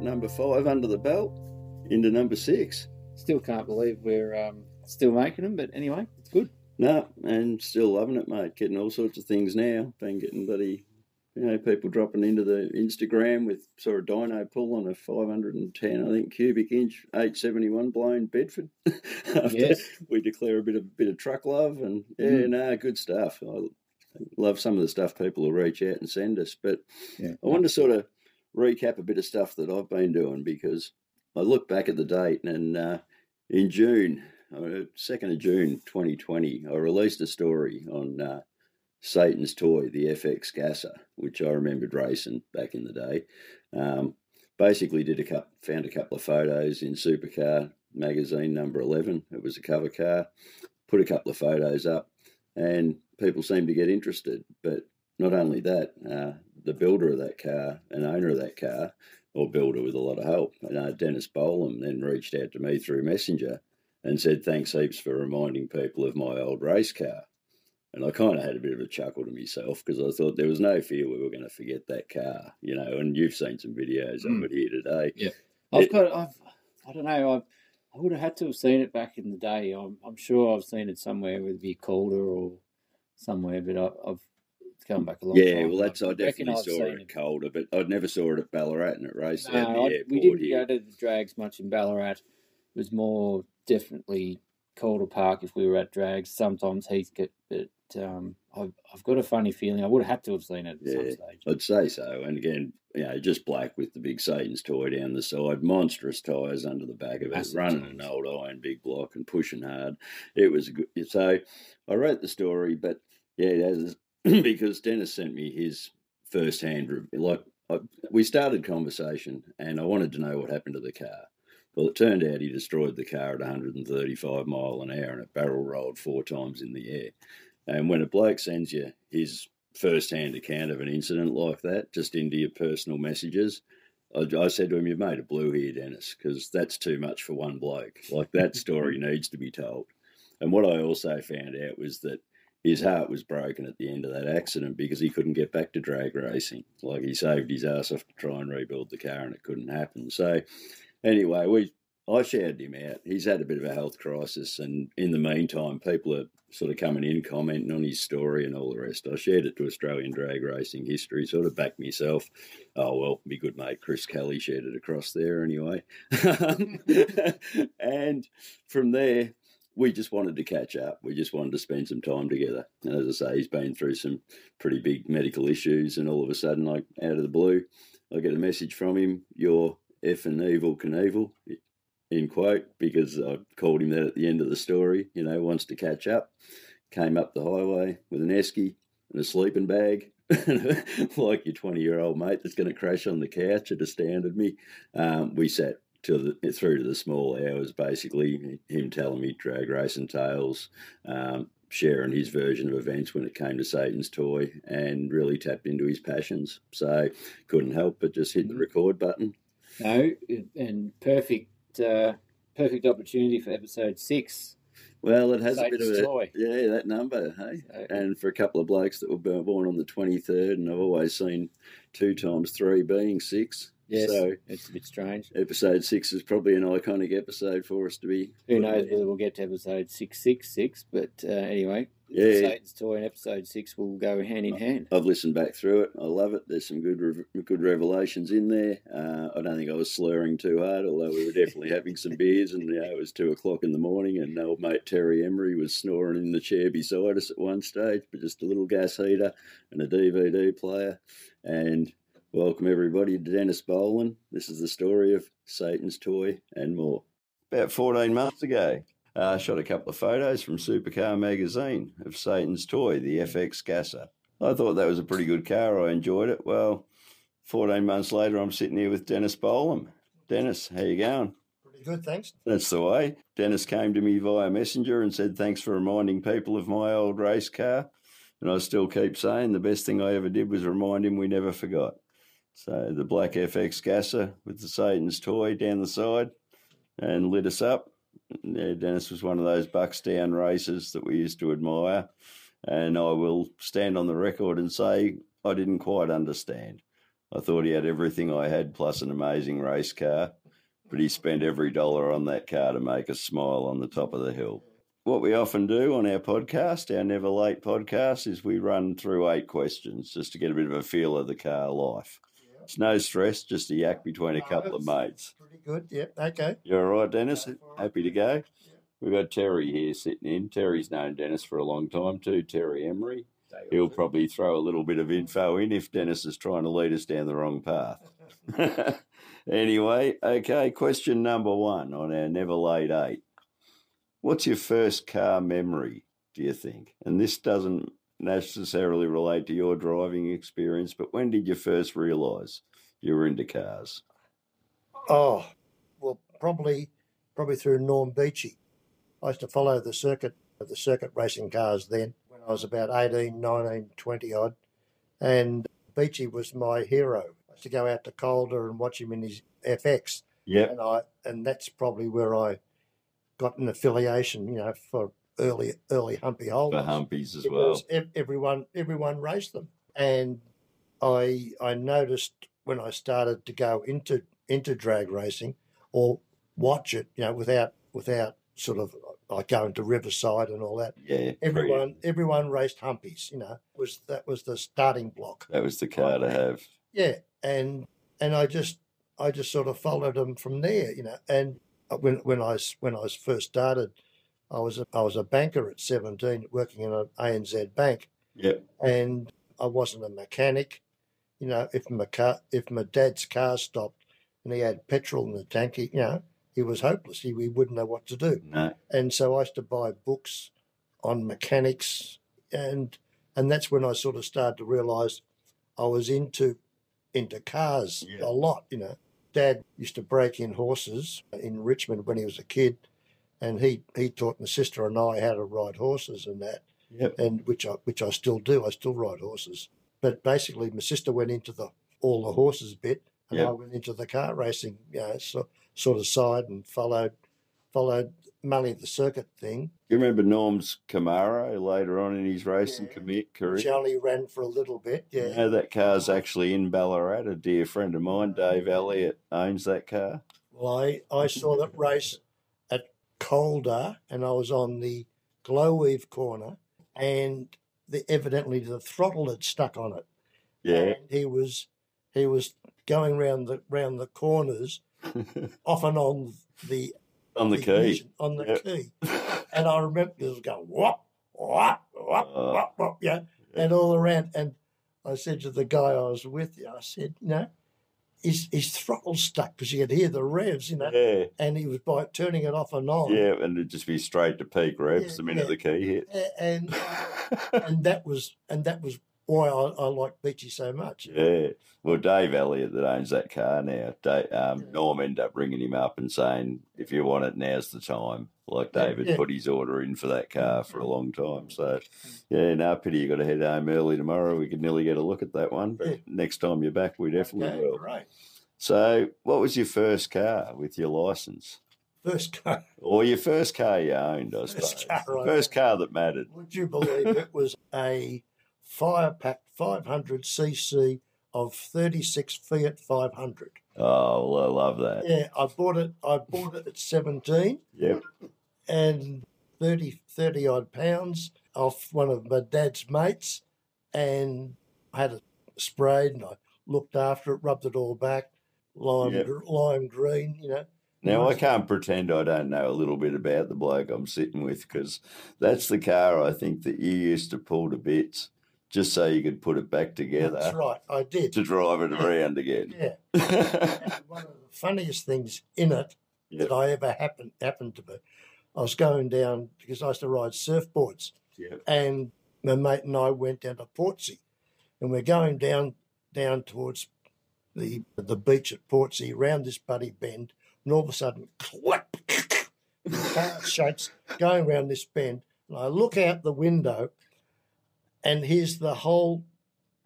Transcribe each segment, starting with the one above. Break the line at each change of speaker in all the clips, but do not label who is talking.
number five under the belt into number six.
Still can't believe we're um, still making them, but anyway, it's good.
No, and still loving it, mate. Getting all sorts of things now. Been getting bloody, you know, people dropping into the Instagram with sort of dyno pull on a 510, I think, cubic inch 871 blown Bedford. After
Yes.
We declare a bit of bit of truck love, and yeah,
Mm.
no, good stuff. I love some of the stuff people will reach out and send us, but
Yeah.
I want to sort of recap a bit of stuff that I've been doing because I look back at the date and uh, in June, uh, second of June, twenty twenty, I released a story on uh, Satan's toy, the FX Gasser, which I remembered racing back in the day. Um, basically, did a cup, found a couple of photos in Supercar magazine number eleven. It was a cover car. Put a couple of photos up, and people seemed to get interested, but not only that, uh, the builder of that car and owner of that car, or builder with a lot of help, and, uh, Dennis Bolam, then reached out to me through Messenger and said, Thanks heaps for reminding people of my old race car. And I kind of had a bit of a chuckle to myself because I thought there was no fear we were going to forget that car, you know. And you've seen some videos of
Mm.
it here today.
I've
It-
got. I've. I don't know. I've. I would have had to have seen it back in the day. I'm, I'm sure I've seen it somewhere, whether it be Calder or somewhere. But I, I've it's going back a long time.
Yeah, well, that's I
reckon
definitely
I've
saw
seen
it at Calder, but I never saw it at Ballarat and it raced
No,
at the
I-
airport
we didn't
here.
go to the drags much in Ballarat. It was more definitely Calder Park if we were at drags. Sometimes Heathcote, but um, I've, I've got a funny feeling I would have had to have seen it at some
Yeah.
stage.
I'd say so. And again, you know, just black with the big Satan's toy down the side, monstrous tyres under the back of it,
Massive
running
tyres.
an old iron big block and pushing hard. It was a good. So I wrote the story, but yeah, it has, because Dennis sent me his first hand, like, I, we started conversation and I wanted to know what happened to the car. Well, it turned out he destroyed the car at 135 mile an hour and it barrel rolled four times in the air. And when a bloke sends you his first-hand account of an incident like that, just into your personal messages, I, I said to him, "You've made a blue here, Dennis, because that's too much for one bloke. Like that story needs to be told." And what I also found out was that his heart was broken at the end of that accident because he couldn't get back to drag racing. Like he saved his ass off to try and rebuild the car, and it couldn't happen. So, anyway, we. I shouted him out. He's had a bit of a health crisis, and in the meantime, people are sort of coming in, commenting on his story and all the rest. I shared it to Australian Drag Racing History, sort of backed myself. Oh, well, my good mate Chris Kelly shared it across there anyway. and from there, we just wanted to catch up. We just wanted to spend some time together. And as I say, he's been through some pretty big medical issues, and all of a sudden, like out of the blue, I get a message from him, You're effing evil Knievel, in quote, because I called him that at the end of the story, you know, wants to catch up came up the highway with an esky and a sleeping bag, like your 20 year old mate that's going to crash on the couch. It astounded me. Um, we sat to the, through to the small hours, basically, him telling me drag racing tales, um, sharing his version of events when it came to Satan's toy, and really tapped into his passions. So couldn't help but just hit
Mm-hmm.
the record button.
No, it- and perfect, uh, perfect opportunity for episode six.
Well, it has a bit
Satan's
of a.
Toy.
Yeah, that number, hey?
So,
and for a couple of blokes that were bo- born on the 23rd, and I've always seen two times three being six.
yes,
So
it's a bit strange.
episode six is probably an iconic episode for us to be.
Who knows whether we'll get to episode six six six? But uh, anyway,
Yeah. Oh.
Satan's toy and episode six will go hand in hand.
I've listened back through it. I love it. There's some good rev- good revelations in there. Uh, I don't think I was slurring too hard, although we were definitely having some beers, and you know, it was two o'clock in the morning, and old mate Terry Emery was snoring in the chair beside us at one stage, but just a little gas heater and a DVD player. And welcome everybody to Dennis Bolin. This is the story of Satan's toy and more. About 14 months ago, uh, shot a couple of photos from Supercar magazine of Satan's toy, the FX Gasser. I thought that was a pretty good car. I enjoyed it. Well, 14 months later, I'm sitting here with Dennis Bolam. Dennis, how you going?
Pretty good, thanks.
That's the way. Dennis came to me via messenger and said, Thanks for reminding people of my old race car. And I still keep saying the best thing I ever did was remind him we never forgot. So the black FX gasser with the Satan's toy down the side and lit us up. Yeah, Dennis was one of those bucks down racers that we used to admire. And I will stand on the record and say I didn't quite understand. I thought he had everything I had plus an amazing race car, but he spent every dollar on that car to make us smile on the top of the hill. What we often do on our podcast, our Never Late podcast, is we run through eight questions just to get a bit of a feel of the car life. It's no stress, just a yak between a couple of mates.
Pretty good. Yep. Okay.
You're all right, Dennis? Happy to go? We've got Terry here sitting in. Terry's known Dennis for a long time too, Terry Emery. He'll probably throw a little bit of info in if Dennis is trying to lead us down the wrong path. anyway, okay, question number one on our Never Late Eight. What's your first car memory, do you think? And this doesn't necessarily relate to your driving experience, but when did you first realise you were into cars?
Oh, well, probably, probably through Norm Beachy. I used to follow the circuit, the circuit racing cars then. I was about 18, 19, 20 odd. And Beachy was my hero. I used to go out to Calder and watch him in his FX.
Yep.
And I and that's probably where I got an affiliation, you know, for early early humpy holders.
For Humpies as well.
because ev- everyone everyone raced them. And I I noticed when I started to go into into drag racing or watch it, you know, without without sort of like going to Riverside and all that
Yeah.
everyone everyone raced humpies you know was that was the starting block
That was the car to have.
yeah and and i just i just sort of followed them from there you know and when when i s- when i was first started i was a, i was a banker at 17 working in an anz bank
Yep.
and i wasn't a mechanic you know if my car if my dad's car stopped and he had petrol in the tank he, you know he was hopeless he, he wouldn't know what to do
No.
and so I used to buy books on mechanics, and and that's when I sort of started to realise I was into into cars
Yeah.
a lot. You know, Dad used to break in horses in Richmond when he was a kid, and he he taught my sister and I how to ride horses and that,
Yep.
and which I which I still do. I still ride horses, but basically my sister went into the all the horses bit, and
Yeah.
I went into the car racing, you know, so, sort of side and followed followed mainly the circuit thing.
You remember Norm's Camaro later on in his racing
Yeah.
commit
Which
career?
only ran for a little bit. Yeah.
You know, that car's actually in Ballarat. A dear friend of mine, Dave Elliott, owns that car.
Well, I, I saw that race at Calder and I was on the glow weave corner and the evidently the throttle had stuck on it.
Yeah.
And he was he was going round the round the corners off and on the
on the key.
ignition- on the
Yep.
key. And I remember it was going whop, whop, whop,
Oh.
whop, whop, yeah, and all around. And I said to the guy I was with, I said, you know, his, his throttle stuck because you could hear the revs, you know,
yeah.
and he was by turning it off and on.
Yeah, and it'd just be straight to peak revs
Oh. Yeah,
the minute
yeah.
the key hit.
A- And and that was and that was why I, I like Beachy so much.
yeah. Well, Dave Elliott that owns that car now, Dave, um,
Yeah.
Norm ended up ringing him up and saying, if you want it, now's the time. Like
Yeah,
David
yeah.
put his order in for that car for a long time. So,
Mm.
yeah, no pity you got to head home early tomorrow. We could nearly get a look at that one. But
Yeah.
next time you're back, we definitely
Okay,
will.
Right.
So, what was your first car with your license?
First car,
Or your first car you owned, I
First
suppose.
car I
first car that mattered.
would you believe it was a fire pack 500cc of 36 Fiat 500.
Oh, well, I love that.
Yeah, I bought it. I bought it at seventeen
Yep.
and 30, 30 odd pounds off one of my dad's mates, and I had it sprayed and I looked after it, rubbed it all back, lime
Yep.
gr- lime green, you know.
Now, I
Nice.
can't pretend I don't know a little bit about the bloke I'm sitting with because that's the car I think that you used to pull to bits just so you could put it back together
That's right, I did.
to drive it around again.
Yeah, one of the funniest things in it
Yep.
that I ever happened happened to be, I was going down because I used to ride surfboards.
Yep.
and my mate and I went down to Portsea, and we're going down down towards the the beach at Portsea, round this buddy bend, and all of a sudden, clap, car shakes, going round this bend, and I look out the window, and here's the whole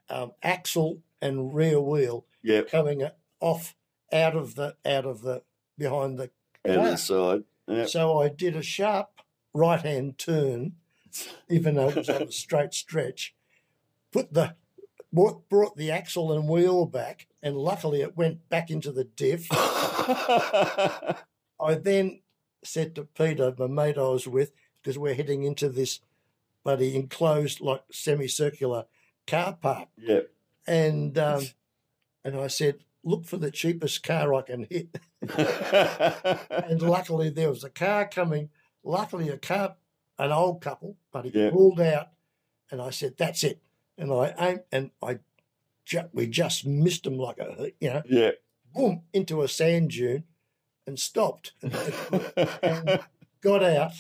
um, axle and rear wheel
Yep.
coming off out of the out of the behind the
Other side. Yep.
so I did a sharp right hand turn, even though it was on a straight stretch, put the brought, brought the axle and wheel back, and luckily it went back into the diff. I then said to Peter, the mate I was with, because we're heading into this bloody enclosed, like semicircular car park,
Yeah.
and um, and I said, look for the cheapest car I can hit. and luckily there was a car coming. Luckily, a car, an old couple, but he
Yeah.
pulled out, and I said, "That's it." And I aimed, and I, ju- we just missed him like a, you know,
yeah.
boom into a sand dune, and stopped, and got out,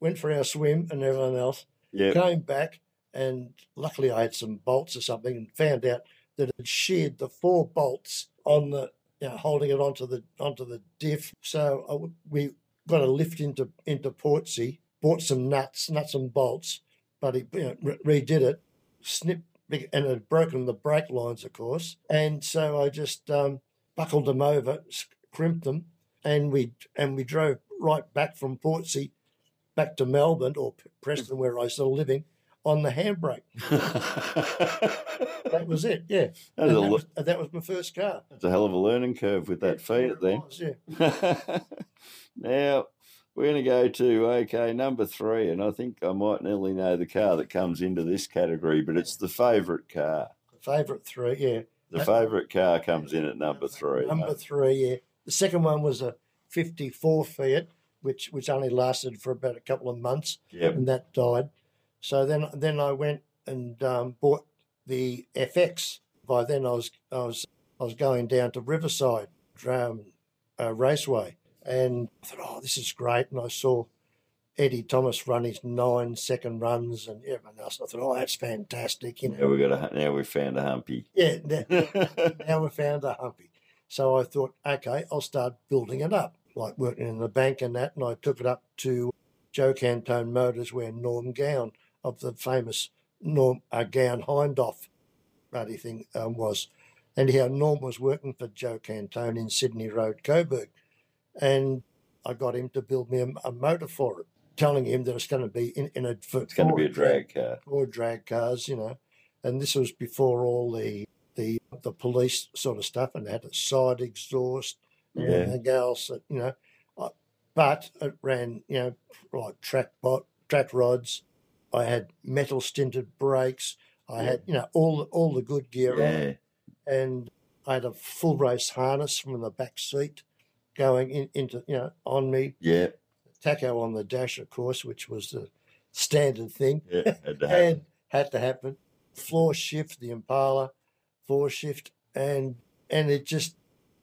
went for our swim, and everyone else
Yeah.
came back, and luckily I had some bolts or something, and found out that it sheared the four bolts on the, you know, holding it onto the onto the diff. So I w we got a lift into into Portsea, bought some nuts, nuts and bolts, but he you know, re- redid it, snipped. big- And it had broken the brake lines, of course. And so I just um, buckled them over, s- crimped them, and we and we drove right back from Portsea back to Melbourne or
Hmm.
P- Preston, where I was still living, on the handbrake.
That's
That was it. Yeah,
a,
And that,
le-
was, and that was my first car.
that's a hell of a learning curve with that feat
It
then.
was, yeah.
now we're going to go to okay number three, and I think I might nearly know the car that comes into this category, but it's the favourite car.
Favorite three. Yeah,
The
That-
favourite car comes in at number three.
Number three. Yeah. The second one was a '54 Fiat, which which only lasted for about a couple of months,
Yep.
and that died. So then then I went and um, bought the FX. By then I was I was I was going down to Riverside um, uh, Raceway, and I thought, oh, this is great. And I saw Eddie Thomas run his nine second runs and everyone else. I thought, oh, that's fantastic. You know,
Now we got a hu- now we found a humpy.
yeah. that- now we found a humpy. So I thought, okay, I'll start building it up, like working in the bank and that. And I took it up to Joe Cantone Motors, where Norm Gown of the famous Norm uh, Gown Hindoff bloody thing um, was. And how Norm was working for Joe Cantone in Sydney Road, Coburg. And I got him to build me a, a motor for it, telling him that it's going to be in, in a. For,
It's going to be a drag car.
or drag cars, you know. And this was before all the the the police sort of stuff, and they had a side exhaust and
Yeah.
everything else, that, you know. I- But it ran, you know, like track bot, track rods. I had metal stinted brakes. I had, you know, all the- all the good gear on
Yeah.
and I had a full race harness from the back seat going in, into you know on me.
Yeah.
Taco on the dash, of course, which was the standard thing
Yeah. Had to happen.
and had to happen. Floor shift, the Impala, floor shift, and and it just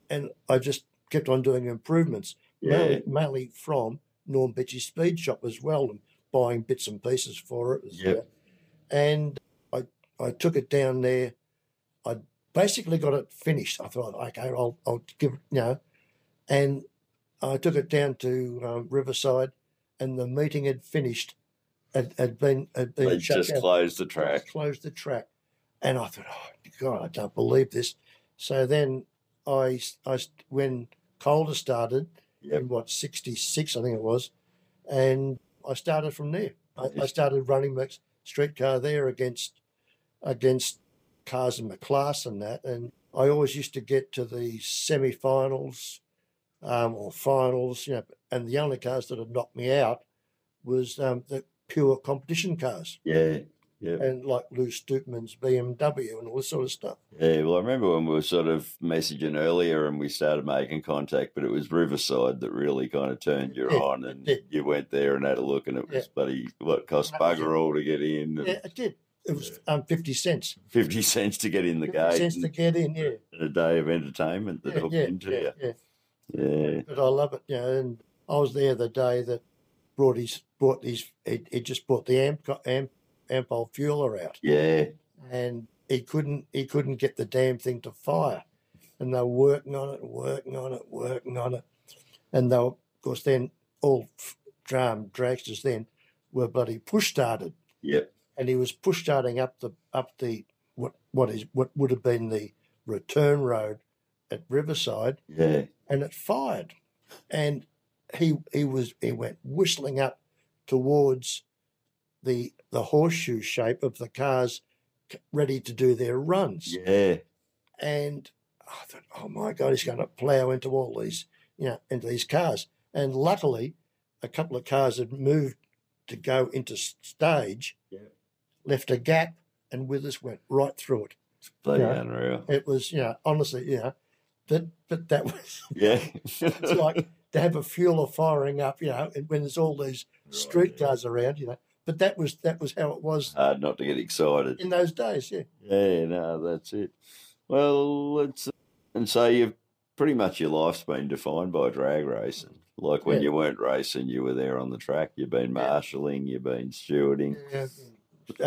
and I just kept on doing improvements,
Yeah.
mainly, mainly from Norm Bitchy's Speed Shop as well, and buying bits and pieces for it. as
Yep.
well. And I I took it down there. I basically got it finished. I thought, okay, I'll I'll give it, you know, and I took it down to um, Riverside, and the meeting had finished. Had, had been had been
They
shut
just
down
closed the
close
track.
Closed the track, and I thought, oh God, I don't believe this. So then I, I when Calder started
Yep.
in what '66, I think it was, and I started from there. I, I started running my streetcar there against against cars in my class and that, and I always used to get to the semi-finals um, or finals, you know. And the only cars that had knocked me out was um, the pure competition cars
Yeah. Yeah.
and like Lou Stoopman's BMW and all this sort of stuff.
Yeah, well, I remember when we were sort of messaging earlier and we started making contact, but it was Riverside that really kind of turned you
Yeah,
on, and
did.
you went there and had a look, and it
Yeah.
was bloody what cost
That was
bugger all to get in, and
Yeah, it did. It was um, fifty cents.
fifty cents to get in the
50
gate,
cents
and,
to get in. Yeah,
and a day of entertainment that
yeah,
hooked
yeah,
into
yeah, yeah.
you. Yeah,
But I love it. You know, and I was there the day that brought his brought his. He, he just brought the amp amp ampol fueler out,
yeah,
and he couldn't he couldn't get the damn thing to fire, and they were working on it, working on it, working on it, and they were, of course then all f- dram dragsters then were bloody push started.
yep,
and he was push starting up the up the what what is what would have been the return road at Riverside,
yeah,
and it fired, and he he was he went whistling up towards the the horseshoe shape of the cars ready to do their runs.
Yeah.
And I thought, oh my God, he's going to plow into all these, you know, into these cars. And luckily, a couple of cars had moved to go into s- stage,
Yeah.
left a gap, and Withers went right through it.
It's bloody
Yeah.
unreal.
It was, you know, honestly, you know, that, but that was
Yeah.
it's like to have a fueler firing up, you know, and when there's all these streetcars around, you know. But that was that was how it was
Hard not to get excited.
in those days, yeah.
Yeah, no, that's it. Well, it's and so you've pretty much your life's been defined by drag racing. Like when
Yeah.
you weren't racing, you were there on the track. You've been
Yeah.
marshalling. You've been stewarding.
Yeah,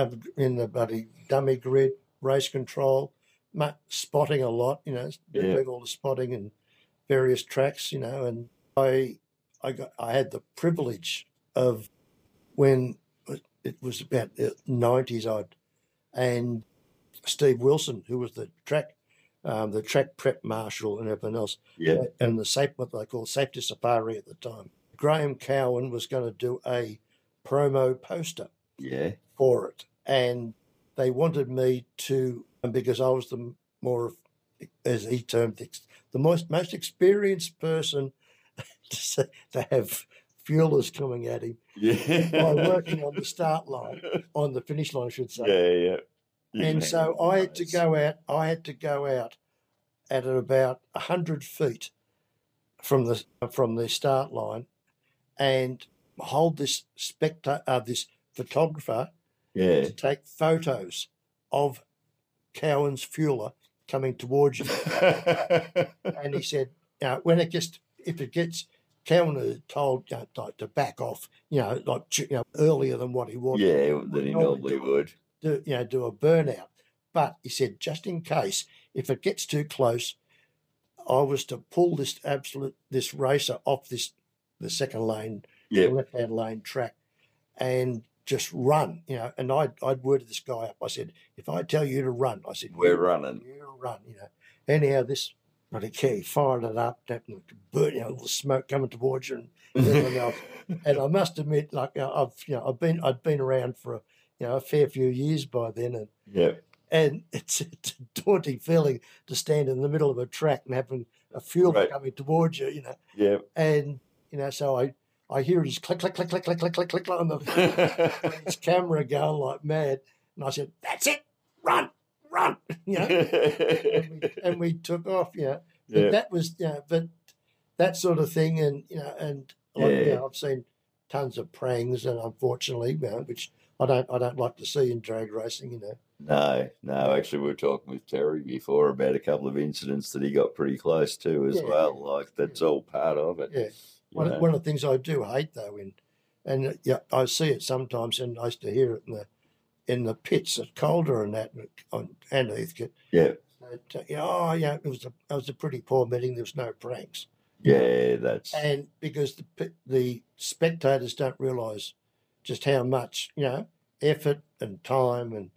um, uh, in the bloody dummy grid, race control, ma- spotting a lot. You know, it's been
Yeah.
doing all the spotting and various tracks. You know, and I, I got, I had the privilege of when it was about the nineties odd, and Steve Wilson, who was the track, um, the track prep marshal and everything else
Yeah,
and the safe, what they call safety safari at the time. Graham Cowan was going to do a promo poster
yeah,
for it, and they wanted me to, and because I was the more, as he termed it, the most most experienced person to, say, to have fuelers coming at him
yeah.
by working on the start line, on the finish line, I should say.
Yeah, yeah. You
And
can
so I had to
organise.
go out. I had to go out at about hundred feet from the from the start line, and hold this spectator, uh, this photographer,
Yeah.
to take photos of Cowan's fueler coming towards you. and he said, you know, when it gets, if it gets, Cowan had told you know, like to back off, you know, like you know, earlier than what he was
yeah, than he normally would.
do you know do a burnout. But he said just in case, if it gets too close, I was to pull this absolute this racer off this the second lane,
Yeah.
left hand lane track, and just run. You know, and I'd I'd worded this guy up. I said, if I tell you to run, I said
We're
"You-
running.
You run. You know. Anyhow, this bloody key fired it up, that burning you know, all the smoke coming towards you, and everything else. and I must admit, like you know, I've you know I've been I'd been around for a, you know a fair few years by then, and
yeah.
and it's, it's a daunting feeling to stand in the middle of a track and having a fuel
Right.
coming towards you, you know.
Yeah.
And you know, so I I hear his click click click click click click click click on the his camera going like mad, and I said, "That's it, run, run," you know. and, we, and we took off, you know. But
yeah.
that was, you know, but that sort of thing, and you know, and like, you
Yeah.
know, I've seen tons of prangs, and unfortunately, you know, which I don't, I don't like to see in drag racing, you know.
No, no. Actually, we were talking with Terry before about a couple of incidents that he got pretty close to as
Yeah.
well. Like that's all part of it.
Yeah.
you
One,
know.
of, one of the things I do hate though, in and uh, yeah, I see it sometimes, and I used to hear it in the in the pits at Calder and that on and Heathcote.
yeah,
that, uh, yeah, oh yeah, it was a it was a pretty poor meeting. There was no pranks,
yeah. That's
and because the pi- the spectators don't realise just how much you know effort and time and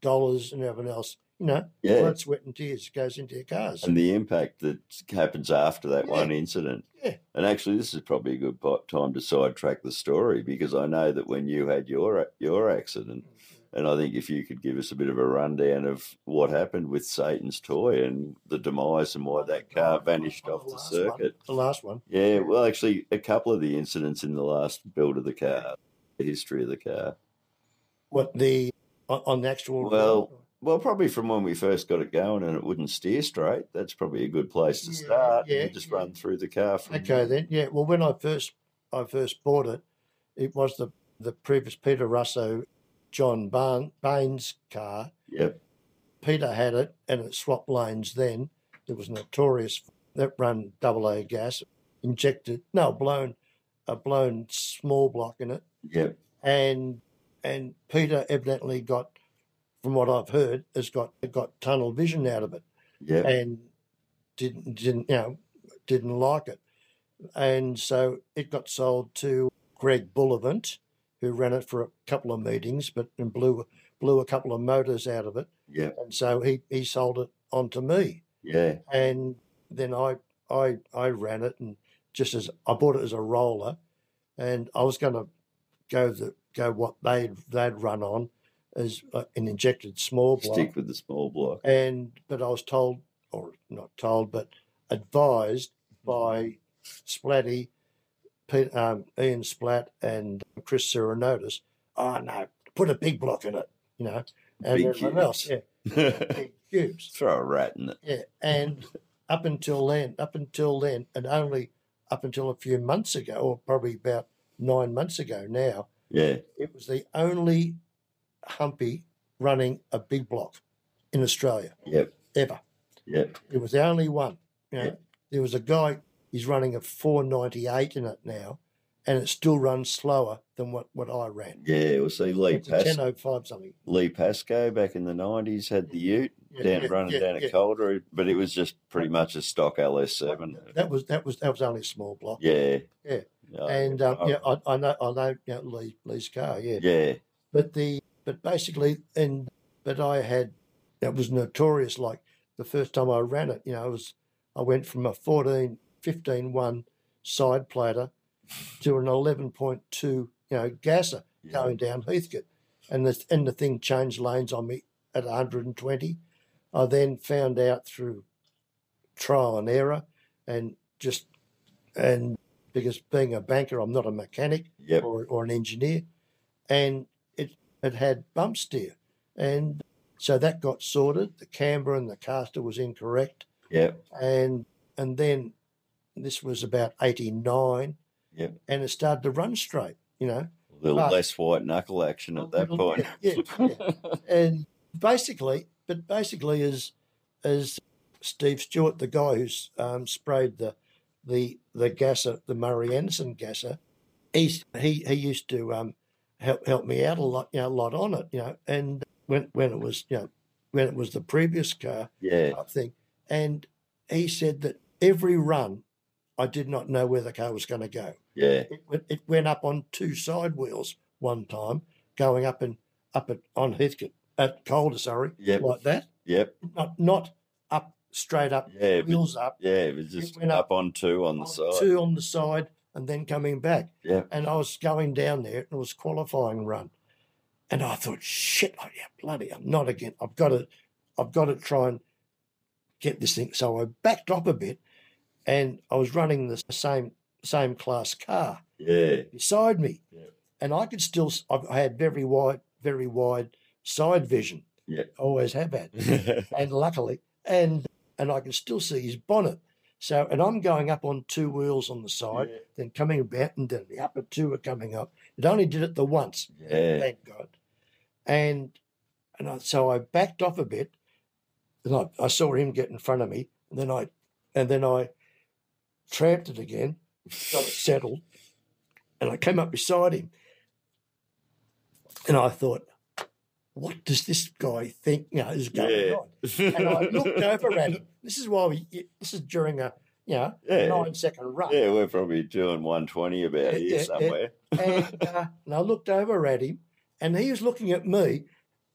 dollars and everything else. You know,
yeah.
blood, sweat, and tears goes into your cars.
and the impact that happens after that
Yeah.
one incident.
Yeah.
And actually, this is probably a good po- time to sidetrack the story because I know that when you had your your accident, and I think if you could give us a bit of a rundown of what happened with Satan's toy and the demise and why that car vanished off the
last one-
circuit.
the last one.
Yeah, well, actually, a couple of the incidents in the last build of the car, the history of the car.
What the on, on the actual
Well, Well, probably from when we first got it going and it wouldn't steer straight. That's probably a good place to
Yeah,
start. You
yeah,
just
yeah.
run through the car from
Okay, then. Yeah. Well, when I first I first bought it, it was the the previous Peter Russo, John Barn, Baines car.
Yep.
Peter had it, and it swapped lanes. Then it was notorious for- that run double A gas, injected no blown, a blown small block in it,
Yep.
and and Peter evidently got, from what I've heard, has got got tunnel vision out of it
Yep.
and didn't didn't you know didn't like it, and so it got sold to Greg Bullivant, who ran it for a couple of meetings, but and blew blew a couple of motors out of it,
Yep.
and so he he sold it on to me,
Yeah.
and then I I I ran it and just as I bought it as a roller, and I was going to go the go what they they'd run on, as uh, an injected small block.
Stick with the small block.
And but I was told, or not told, but advised by Splatty, Pete, um, Ian Splat, and Chris Serenotis. Oh no, put a big block in it, you know, and
Big
everyone else, yeah, big cubes,
Throw a rat in it.
yeah. And up until then, up until then, and only up until a few months ago, or probably about nine months ago now,
Yeah.
it was the only humpy running a big block in Australia
Yep.
ever.
Yep.
It was the only one. You know,
Yeah.
There was a guy, he's running a 498 in it now, and it still runs slower than what, what I ran.
Yeah. We'll see Lee
It's a
Pas-
1005 something.
Lee Pascoe back in the nineties had the Ute
Yeah,
down
yeah,
running
yeah,
down at
yeah.
Calder, but it was just pretty much a stock LS seven.
That was that was that was only a small block.
Yeah.
Yeah.
Oh,
and um, yeah, I, I know I know, you know Lee, Lee's car, yeah.
yeah.
But the but basically and but I had that was notorious like the first time I ran it, you know, it was I went from a 14 15 1 side plater to an 11.2, you know, gasser
Yeah.
going down Heathcote. And the and the thing changed lanes on me at 120. I then found out through trial and error and just and because being a banker, I'm not a mechanic
Yep.
or, or an engineer, and it it had bump steer, and so that got sorted. The camber and the caster was incorrect,
Yep.
and and then this was about eighty nine,
Yep.
and it started to run straight. You know,
A little
But-
less white knuckle action at that point.
yeah, yeah, yeah. and basically, but basically, as as Steve Stewart, the guy who's um, sprayed the the the gasser, the Murray Anderson gasser, he's, he he used to um, help help me out a lot, you know, a lot on it, you know, and when when it was you know when it was the previous car
Yeah.
type thing, and he said that every run, I did not know where the car was going to go
Yeah.
it, went- it went up on two side wheels one time, going up and up at on Heathcote at Calder, sorry,
Yep.
like that.
Yep.
Not not up straight up,
Yeah. But,
wheels up,
yeah. It was just
went
up
up
on two on the
on
side.
two on the side, and then coming back.
Yep.
And I was going down there, and it was qualifying run, and I thought, shit, oh yeah, bloody, I'm not again. I've got to, I've got to try and get this thing. So I backed up a bit, and I was running the same same class car
Yeah.
beside me,
Yeah.
and I could still. s- I've- I had very wide, very wide side vision.
Yeah.
always have had, and luckily, and and I can still see his bonnet. So, and I'm going up on two wheels on the side, then coming back, and then the upper two are coming up. It only did it the once,
Yeah.
thank God. And and I, so I backed off a bit, and I, I saw him get in front of me, and then I and then I tramped it again, got it settled, and I came up beside him, and I thought, what does this guy think? You know, is going
Yeah.
on? And I looked over at him. This is why we. This is during a you know
Yeah.
nine second run.
Yeah, we're probably doing 120 about
Yeah,
here
yeah, yeah.
somewhere.
and, uh, and I looked over at him, and he was looking at me,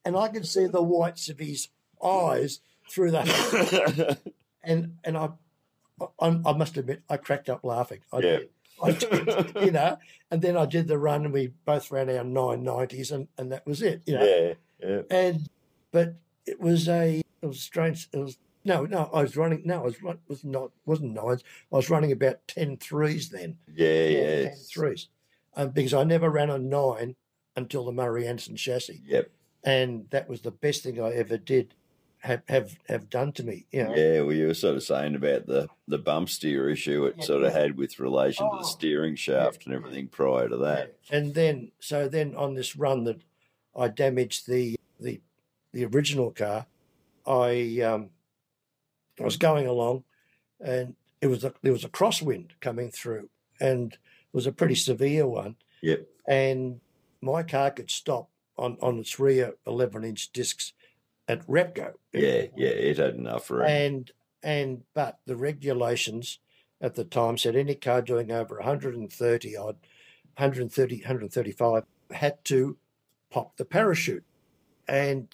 and I could see the whites of his eyes through the and and I, I, I must admit I cracked up laughing. I
Yeah.
did. I did, you know, and then I did the run, and we both ran our nine nineties, and and that was it. You know,
yeah, yeah,
and but it was a it was strange. It was no, no. I was running. No, I was run, was not wasn't nines. I was running about ten threes then
yeah,
yeah,
yeah.
10 threes. Um, because I never ran a nine until the Murray Anderson chassis,
Yep.
and that was the best thing I ever did have have, have done to me. You know,
Yeah, well, you were sort of saying about the, the bump steer issue it
Yeah,
sort of
yeah.
had with relation to the
Oh.
steering shaft
yeah.
and everything prior to that.
and then so then on this run that I damaged the the the original car, I um, I was going along, and it was a, there was a crosswind coming through, and it was a pretty severe one.
Yep.
and my car could stop on, on its rear 11 inch discs at Repco.
Yeah, yeah, it had enough room.
And, and, but the regulations at the time said any car doing over 130 odd, 130, 135 had to pop the parachute. And,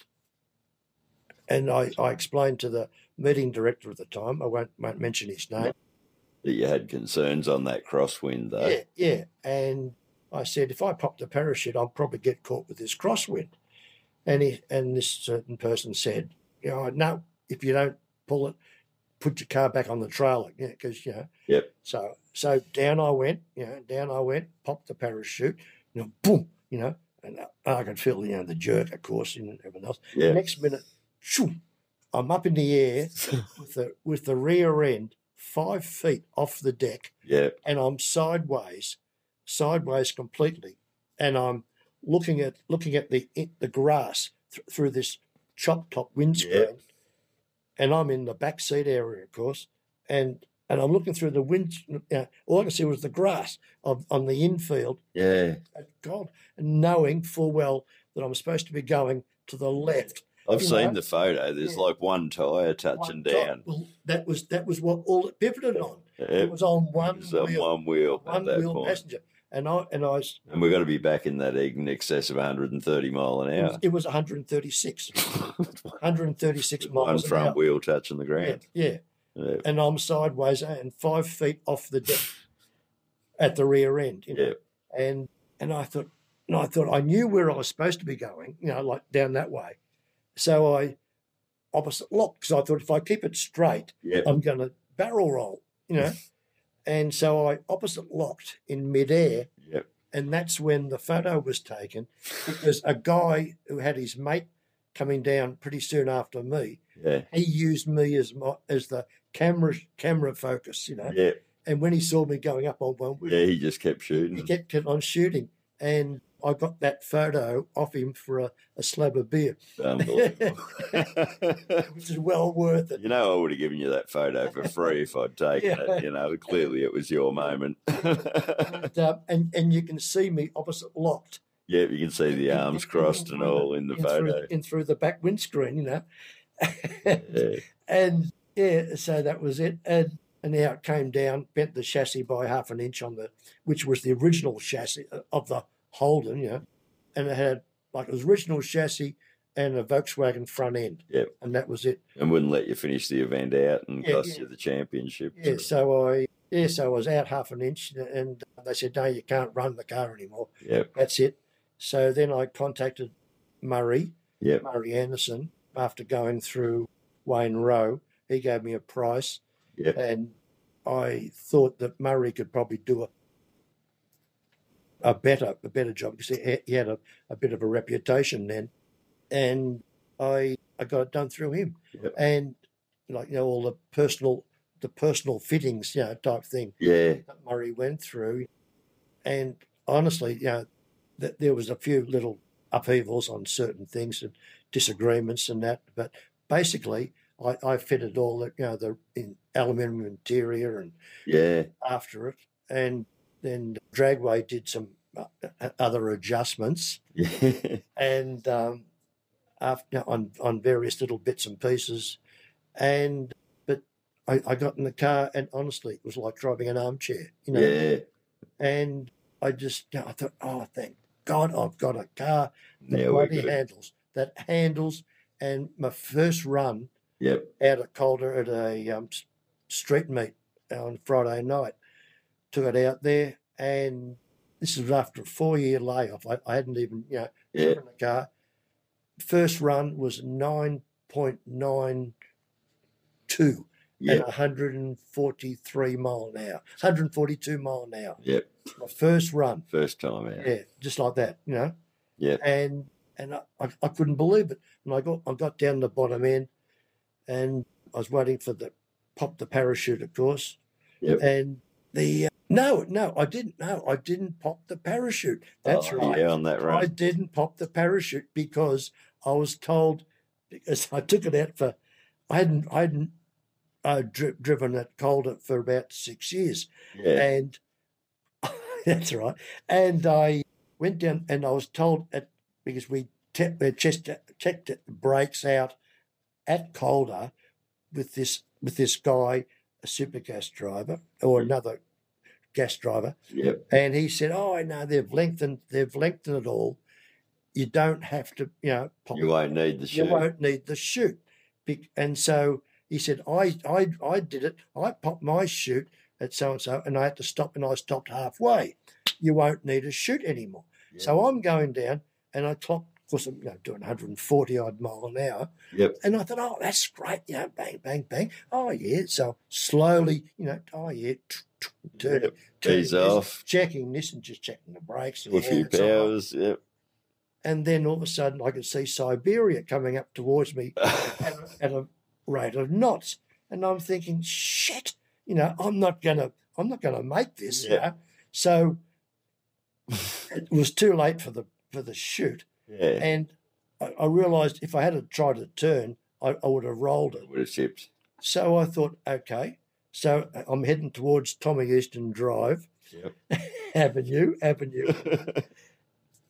and I, I explained to the meeting director at the time, I won't, won't mention his name,
that you had concerns on that crosswind, though.
yeah, yeah. And I said, if I pop the parachute, I'll probably get caught with this crosswind. And he and this certain person said, you know, no, if you don't pull it, put your car back on the trailer, yeah, because you know.
Yep.
So so down I went, you know, down I went, popped the parachute, you know, boom, you know, and I, I could feel you know the jerk, of course, and everything else.
Yeah.
Next minute, shoo, I'm up in the air with the with the rear end five feet off the deck,
Yeah.
and I'm sideways, sideways completely, and I'm looking at looking at the the grass th- through this chop top windscreen, and I'm in the back seat area, of course, and and I'm looking through the wind. Uh, all I could see was the grass of, on the infield.
Yeah.
And God, knowing full well that I'm supposed to be going to the left.
I've
You
seen
know?
the photo. There's
Yeah.
like one tire touching
One top-
down.
Well, that was that was what all it pivoted on.
Yeah.
It was on one
It's on
wheel,
one wheel at
one
that
wheel
point.
passenger, and I and I s-
And we're going to be back in that egg in excess of 130 mile an
It was,
hour.
it was 136, 136
One
miles an hour.
front wheel touching the
Yeah,
ground.
yeah,
Yeah.
and I'm sideways and five feet off the deck at the rear end. You know?
Yeah.
and and I thought, and I thought I knew where I was supposed to be going. You know, like down that way. So I opposite lock because I thought if I keep it straight,
Yep.
I'm going to barrel roll. You know, and so I opposite locked in midair
Yep.
and that's when the photo was taken because a guy who had his mate coming down pretty soon after me
Yeah.
he used me as my as the camera camera focus you know
Yeah.
and when he saw me going up on one wheel
Yeah. He just kept
he
shooting.
kept, kept on shooting and i got that photo off him for a, a slab of beer
Unbelievable.
which is well worth it
You know, I would have given you that photo for free if I'd taken
Yeah.
it. You know, clearly it was your moment. yeah,
and, uh, and and you can see me opposite locked
you can see the arms crossed and all in the
in through,
photo.
in through the back windscreen you know
Yeah,
And yeah, so that was it. And and now it came down, bent the chassis by half an inch on the, which was the original chassis uh, of the Holden, you know, and it had like it was original chassis and a Volkswagen front end.
Yep.
And that was it.
and wouldn't let you finish the event out and
Yeah,
cost
yeah.
you the championship.
Yeah. So I yeah, so I was out half an inch, and they said no, you can't run the car anymore.
Yep.
That's it. So then I contacted Murray,
Yep.
Murray Anderson after going through Wayne Rowe. He gave me a price,
Yep.
and I thought that Murray could probably do a a better a better job because he, he had a, a bit of a reputation then, and I I got it done through him,
Yep.
and like you know all the personal the personal fittings you know type thing
Yeah.
that Murray went through. And honestly, you know, that there was a few little upheavals on certain things and disagreements and that, but basically, I, I fitted all the you know the in aluminium interior and
Yeah.
after it, and then Dragway did some uh, uh, other adjustments
Yeah.
and um, after on on various little bits and pieces, and but I, I got in the car and honestly, it was like driving an armchair, you know
Yeah.
and I just I thought, oh, thank God, I've got a car that
Now we're
bloody
good.
handles that handles. And my first run
Yep.
out at Calder at a um, s- street meet on Friday night, took it out there, and this was after a four-year layoff. I, I hadn't even you know
Yeah.
driven the car. First run was nine point nine two
Yep.
at one hundred and forty-three mile an hour, one hundred forty-two mile an hour
Yep.
my first run.
First time out.
Yeah, just like that, you know.
Yeah.
And and I, I, I couldn't believe it. And I got I got down the bottom end, and I was waiting for the pop the parachute, of course.
Yep.
And the uh, no no I didn't no I didn't pop the parachute. That's
Oh,
right.
Yeah, on that
I
run.
didn't pop the parachute because I was told because I took it out for I hadn't I hadn't uh, dri- driven it colder for about six years
Yeah.
and that's right. And I went down, and I was told at because we te- we just checked it, the brakes out at Calder with this with this guy, a super gas driver or another gas driver,
Yep.
and he said, "Oh, I know they've lengthened they've lengthened it all. You don't have to, you know, pop
You won't need the
you
shoe.
won't need the chute. Bec- And so he said, I, I, I did it. I popped my chute at so and so, and I had to stop, and I stopped halfway. You won't need a chute anymore.
Yeah.
So I'm going down, and I clocked course, I'm you know, doing 140 odd mile an hour.
Yep.
And I thought, oh, that's great. You know, bang, bang, bang. Oh, yeah. So slowly, you know, oh, yeah. Turn it. turn
Ease
it, this,
off.
Checking this and just checking the brakes.
A few
it's all right.
powers. Yep.
And then all of a sudden, I could see Siberia coming up towards me at a, at a rate of knots. And I'm thinking, shit, you know, I'm not gonna, I'm not gonna make this. You
Yeah.
know? So it was too late for the for the shoot,
yeah.
and I, I realised if I had tried to turn, I, I would have rolled it.
Would have shipped.
So I thought, okay, so I'm heading towards Tommy Easton Drive
Yep.
Avenue, Avenue.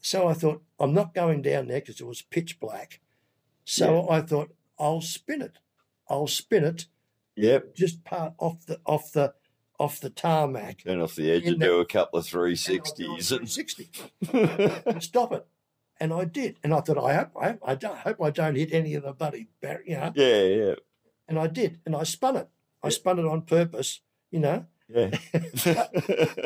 So I thought, I'm not going down there because it was pitch black. So I thought, I'll spin it. I'll spin it
yep.
just part off the off the off the tarmac.
Turn off the edge
In
and
the-
do a couple of
Sixty.
360s. And...
Stop it. And I did. And I thought, I hope I, I don't, hope I don't hit any of the bloody bar- you know.
yeah, yeah,
And I did. And I spun it. I
Yeah.
spun it on purpose, you know.
yeah.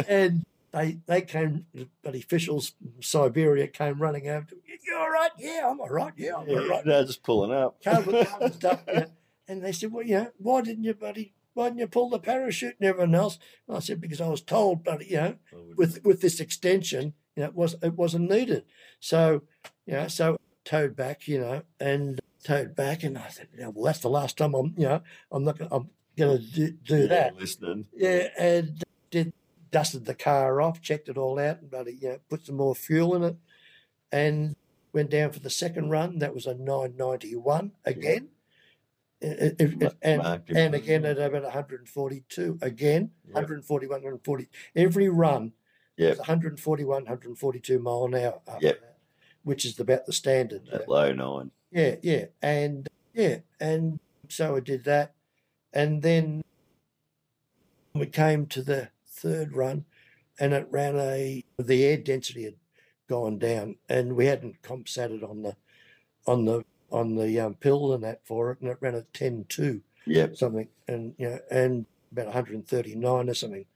And they they came the bloody officials from Siberia came running over to me. You're all right, yeah, I'm all right, yeah, I'm all
yeah.
right.
No, just pulling up.
Cardboard cardboard stuff. you know. And they said, Well, you know, why didn't you buddy why didn't you pull the parachute and everyone else? And I said, Because I was told, buddy, you know, with with this extension, you know, it was it wasn't needed. So, you know, so towed back, you know, and towed back, and I said, yeah, well, that's the last time I'm, you know, I'm not, gonna, I'm going to do, do
Yeah,
that.
Listening.
Yeah, and did dusted the car off, checked it all out, and bloody, you know, put some more fuel in it, and went down for the second run. That was a nine ninety one again. It- it- it-
Ma-
and
marked him.
and again at about 142 again
Yep.
141 140 every run
Yep.
it's 141, 142 mile an hour, up,
Yep.
which is about the standard.
That low nine.
Yeah, yeah, and yeah, and so I did that, and then we came to the third run, and it ran a the air density had gone down, and we hadn't compensated on the on the on the um, pill and that for it, and it ran a ten two
Yep.
something, and you know, and about 139 or something,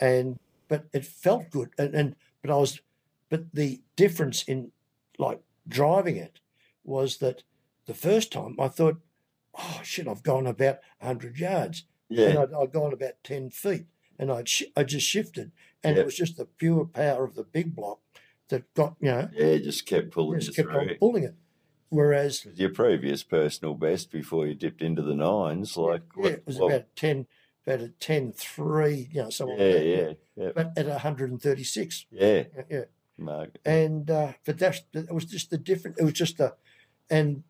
and but it felt good, and, and but I was, but the difference in like driving it was that the first time I thought, oh shit, I've gone about 100 yards, and
Yeah.
I'd, I'd gone about 10 feet, and I'd sh- I just shifted, and
Yeah.
it was just the pure power of the big block that got you know
Yeah, just kept pulling
just
you
kept on
through.
pulling it, whereas
'Cause Your previous personal best before you dipped into the nines, like
yeah,
what-
it was
what-
about 10, about a 10 3, you know, something
yeah,
like that.
yeah, yeah,
but at 136.
yeah,
Yeah, yeah.
Mark.
And uh, but that's it was just the different. It was just a, and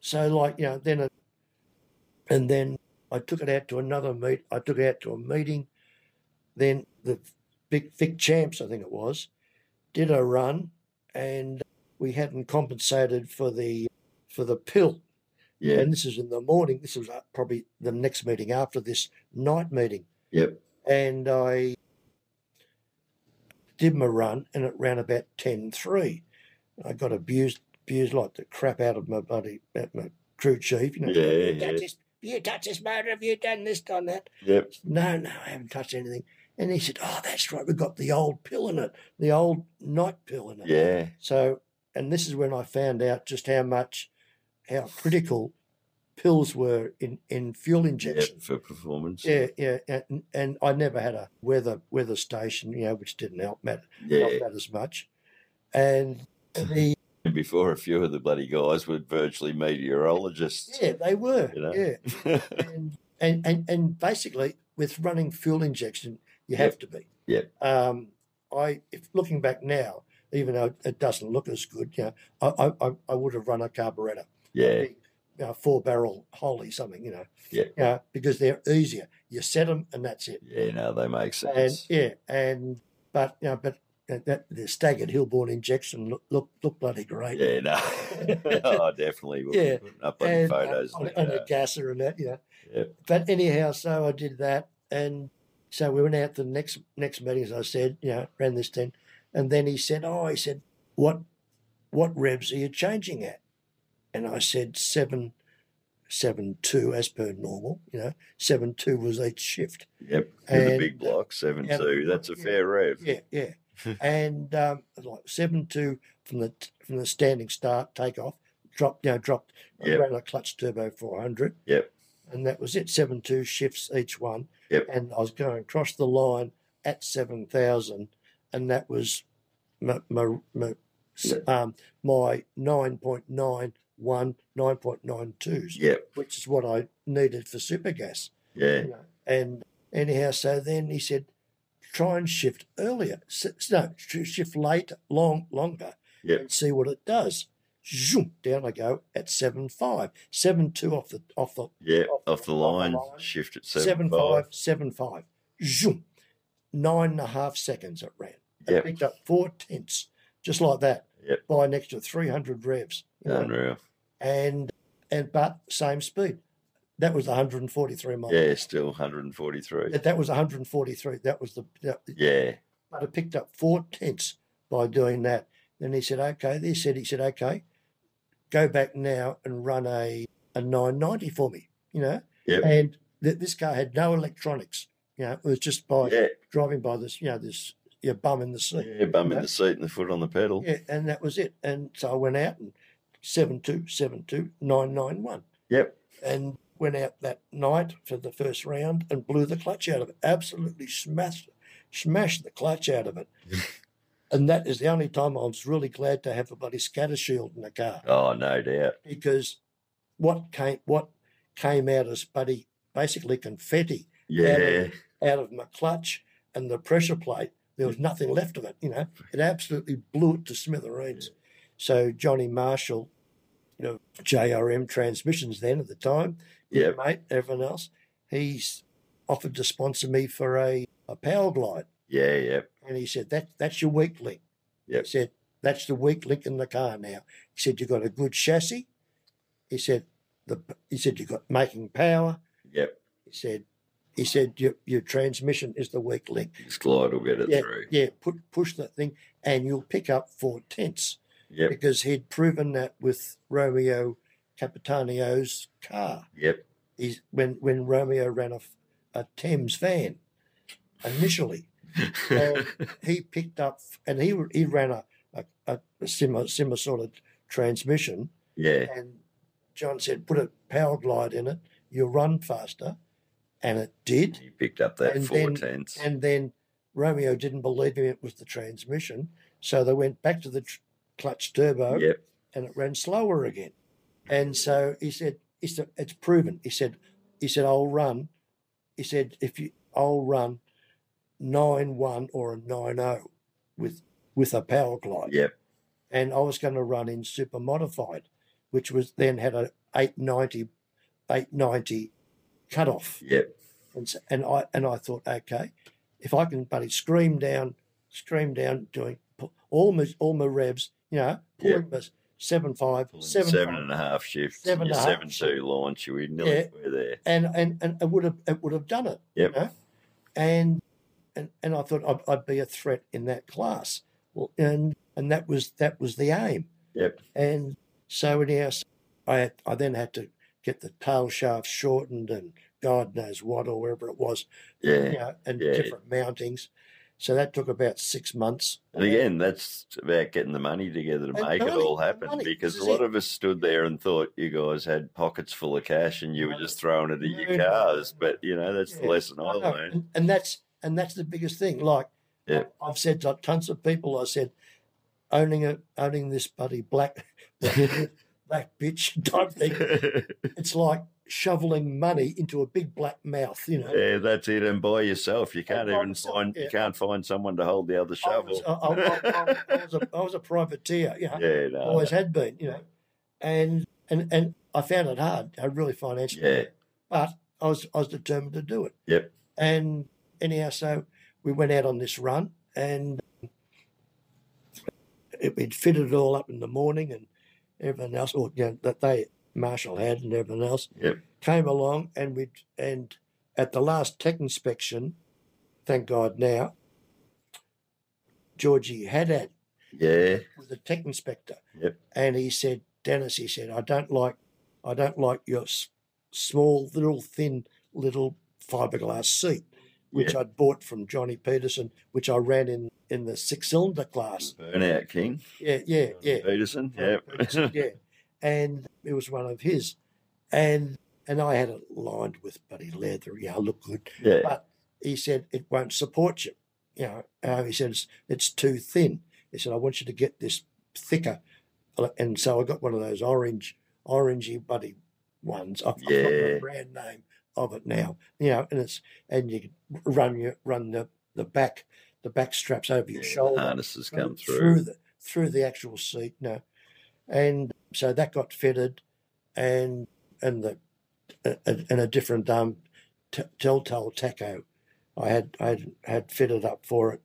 so like you know then, it, and then I took it out to another meet. I took it out to a meeting. Then the big Vic champs, I think it was, did a run, and we hadn't compensated for the for the pill.
Yeah,
And this is in the morning. This was uh, probably the next meeting after this night meeting
yep,
and I did my run, and it ran about ten three. I got abused, abused like the crap out of my buddy, out my crew chief. You know,
Yeah,
"You
yeah.
touch this- You touch this motor? Have you done this, done that?
yep,
No, no, I haven't touched anything. And he said, "Oh, that's right. We've got the old pill in it, the old night pill in it."
yeah,
So, and this is when I found out just how much, how critical pills were in in fuel injection.
yep, for performance.
Yeah, yeah, and, and I never had a weather weather station, you know, which didn't help matter, help
yeah.
that as much. And the
And before a few of the bloody guys were virtually meteorologists.
yeah, they were,
You know?
yeah, and, and and and basically with running fuel injection, you
Yep.
have to be.
Yep.
Um, I if looking back now, even though it doesn't look as good, you know, I I, I, I would have run a carburettor.
yeah,
You know, uh, four barrel Holly something, you know,
Yep.
you know, because they're easier. You set them and that's it.
yeah. No, they make
and
sense.
yeah, and but you know, but that, that the staggered hillborn injection look look, look bloody great.
Yeah, no. oh, definitely. We'll
Yeah,
be putting up bloody
and, uh,
photos.
on,
and
on
that.
a gasser and that, yeah.
Yep.
But anyhow, so I did that, and so we went out to the next next meeting, as I said, you know, ran this thing, and then he said, "Oh," he said, "What what revs are you changing at?" And I said seven seven two as per normal, you know, seven two was each shift.
Yep, with the
and,
big
uh,
block, 7
yeah,
2. That's a
yeah,
fair rev.
Yeah, yeah. and um, like seven two from the from the standing start takeoff, dropped down, dropped, I
Yep.
ran a clutch turbo 400.
Yep.
And that was it, seven two shifts each one.
Yep.
And I was going across the line at 7,000, and that was my, my, my, s-
Yep.
um, my 9.91, 9.92s,
Yep.
which is what I needed for super gas.
Yeah.
You know, And anyhow, so then he said, try and shift earlier. S- s- No, sh- shift late, long, longer,
Yep.
and see what it does. Zoom, down I go at seven five, seven two off the off the
Yeah.
Off-
Off the
off the
line,
line.
shift at
seven
seven five.
five, seven five. Zoom, nine and a half seconds it ran. It
Yep.
picked up four tenths, just like that,
Yep.
by an extra three hundred revs. you know,
Unreal.
and and but same speed. That was one hundred and forty three miles.
Yeah. Still 143.
That, that was one hundred and forty three. That was the that,
Yeah.
but I picked up four tenths by doing that. Then he said, okay, they said, he said, okay, go back now and run a, a 990 for me, you know?
Yep.
And th- this car had no electronics, you know, it was just by
Yeah.
driving by this, you know, this, your bum in the seat.
Yeah. Bum in
Yeah.
the seat and the foot on the pedal.
Yeah, and that was it. And so I went out and 7272991.
Yep.
And went out that night for the first round and blew the clutch out of it. Absolutely smashed, smashed the clutch out of it. and that is the only time I was really glad to have a bloody scatter shield in the car
Oh, no doubt.
because what came what came out as buddy basically confetti
Yeah.
out of my clutch and the pressure plate. There was nothing left of it, you know. It absolutely blew it to smithereens. So Johnny Marshall, you know, JRM Transmissions then at the time, yeah,
Yep.
mate, everyone else, he's offered to sponsor me for a, a power glide.
Yeah. Yep.
And he said, that that's your weak link.
Yep.
He said, that's the weak link in the car now. He said, you've got a good chassis. He said, the he said, you've got making power.
Yep.
He said, he said, your, your transmission is the weak link.
This glide will get it
Yeah,
through.
yeah, put push that thing, and you'll pick up four tenths
Yep.
because he'd proven that with Romeo Capitanio's car.
Yep.
He's when when Romeo ran a, a Thames van initially, he picked up and he he ran a a, a, similar similar sort of transmission,
yeah.
and John said, put a power glide in it, you'll run faster, and it did.
He picked up that
And
four
then-
tenths.
And then Romeo didn't believe him it was the transmission, so they went back to the tr- clutch turbo
Yep.
and it ran slower again. And so he said, he said, "It's proven." He said, "He said I'll run." He said, "If you, I'll run nine one or a nine zero with with a power glide."
Yep.
And I was going to run in super modified, which was then had a 890, 890 cutoff.
Yep.
And, so, and I and I thought, okay, if I can, buddy, scream down, scream down, doing pu- all my all my revs, you know,
Yeah.
pulling my seven five,
Pulling
seven,
seven
five,
and a half shifts. Seven,
Seven and a half
seven two launch. You were nearly
Yeah.
were there.
and and and it would have it would have done it.
Yep.
know? And and and I thought I'd, I'd be a threat in that class. Well, and and that was that was the aim.
Yep.
And so anyhow, so I had, I then had to get the tail shaft shortened and God knows what or wherever it was,
Yeah.
you know, and
Yeah.
different mountings. So that took about six months.
And again, that's about getting the money together to
And
make
money,
it all happen.
money,
because
this
a
is
lot
it.
of us stood there and thought you guys had pockets full of cash and you were
No,
just throwing it at your
no, no,
cars.
no.
But you know, that's the
Yeah,
lesson I
I know,
learned.
Uh, and, and that's and that's the biggest thing. Like
Yeah.
I- I've said to tons of people, I said, owning a owning this buddy black black bitch type thing.
yeah,
It's like shoveling money into a big black mouth, you know.
that's it. And by yourself, you can't
by
even
myself,
find
yeah.
you can't find someone to hold the other
I
shovel.
was, I, I- I- I was a, I was a privateer, you know.
yeah, no,
Always had been, you know. And and and I found it hard. I really financially.
yeah,
but I was I was determined to do it.
Yep.
And anyhow, so we went out on this run, and um, it, we'd fitted it all up in the morning, and everyone else, or you know, that they Marshall had, and everyone else,
Yep.
came along, and we and at the last tech inspection, thank God now, Georgie Haddad
yeah,
with the tech inspector.
Yep.
And he said, Dennis, he said, I don't like, I don't like your s- small, little, thin, little fiberglass seat, which I'd bought from Johnny Peterson, which I ran in in the six cylinder class.
Burnout King
Yeah, yeah, yeah.
Peterson.
Frank
Yeah.
Peterson, yeah. And it was one of his. And and I had it lined with bloody leather. Yeah, I look good.
yeah.
But he said it won't support you. You know, uh, he said it's, it's too thin. He said I want you to get this thicker. And so I got one of those orange, orangey buddy ones. I've, I've got
Yeah.
the brand name of it now. You know, and it's and you can run your run the the back the back straps over your
Yeah, the
shoulder
Harnesses
Um,
come
through-
through.
the through the actual seat. No, and so that got fitted, and and the a- a- and a different um t- telltale taco, I had I had, had fitted up for it,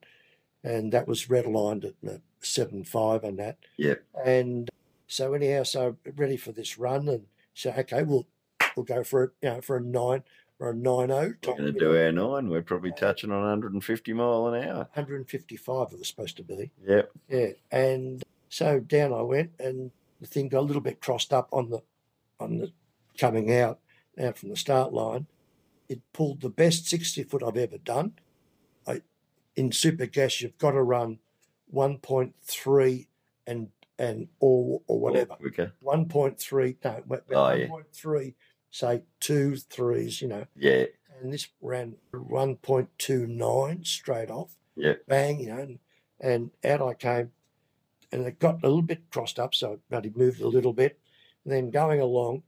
and that was red lined at the seven five and that.
Yep.
And so anyhow, so ready for this run, and so okay, we'll we'll go for it. You know, for a nine or a nine oh.
We're going to do our nine. We're probably touching on 150 mile an hour.
155 it was supposed to be.
Yep.
Yeah, and so down I went, and the thing got a little bit crossed up on the on the coming out out from the start line. It pulled the best 60 foot I've ever done. I, in super gas, you've got to run 1.3 and and or or whatever.
Or quicker.
1.3 no, wha-
Oh, yeah.
1.3 say two threes, you know,
Yeah.
and this ran 1.29 straight off.
Yeah.
Bang, you know, and, and out I came, and it got a little bit crossed up, so it bloody moved a little bit. And then going along,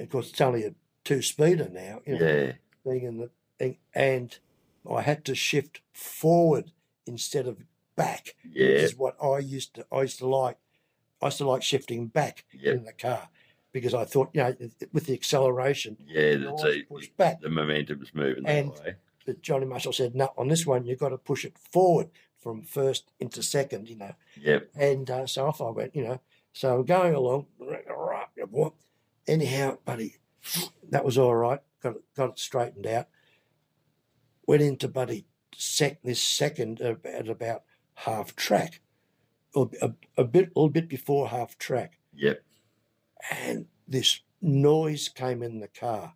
of course, it's only a two speeder now, you know,
Yeah.
being in the thing, and I had to shift forward instead of back, which
Yeah.
is what I used to. I used to like. I used to like shifting back
Yep.
in the car because I thought, you know, with the acceleration,
Yeah.
you
That's
always
a,
push back.
the momentum's moving that
And-
way.
But Johnny Marshall said, no, on this one, you've got to push it forward from first into second, you know.
Yep.
And uh, so off I went, you know. So I'm going along. Anyhow, buddy, that was all right. Got it, got it straightened out. Went into buddy sec this second at at about half track, or a, a bit, a little bit before half track
Yep.
and this noise came in the car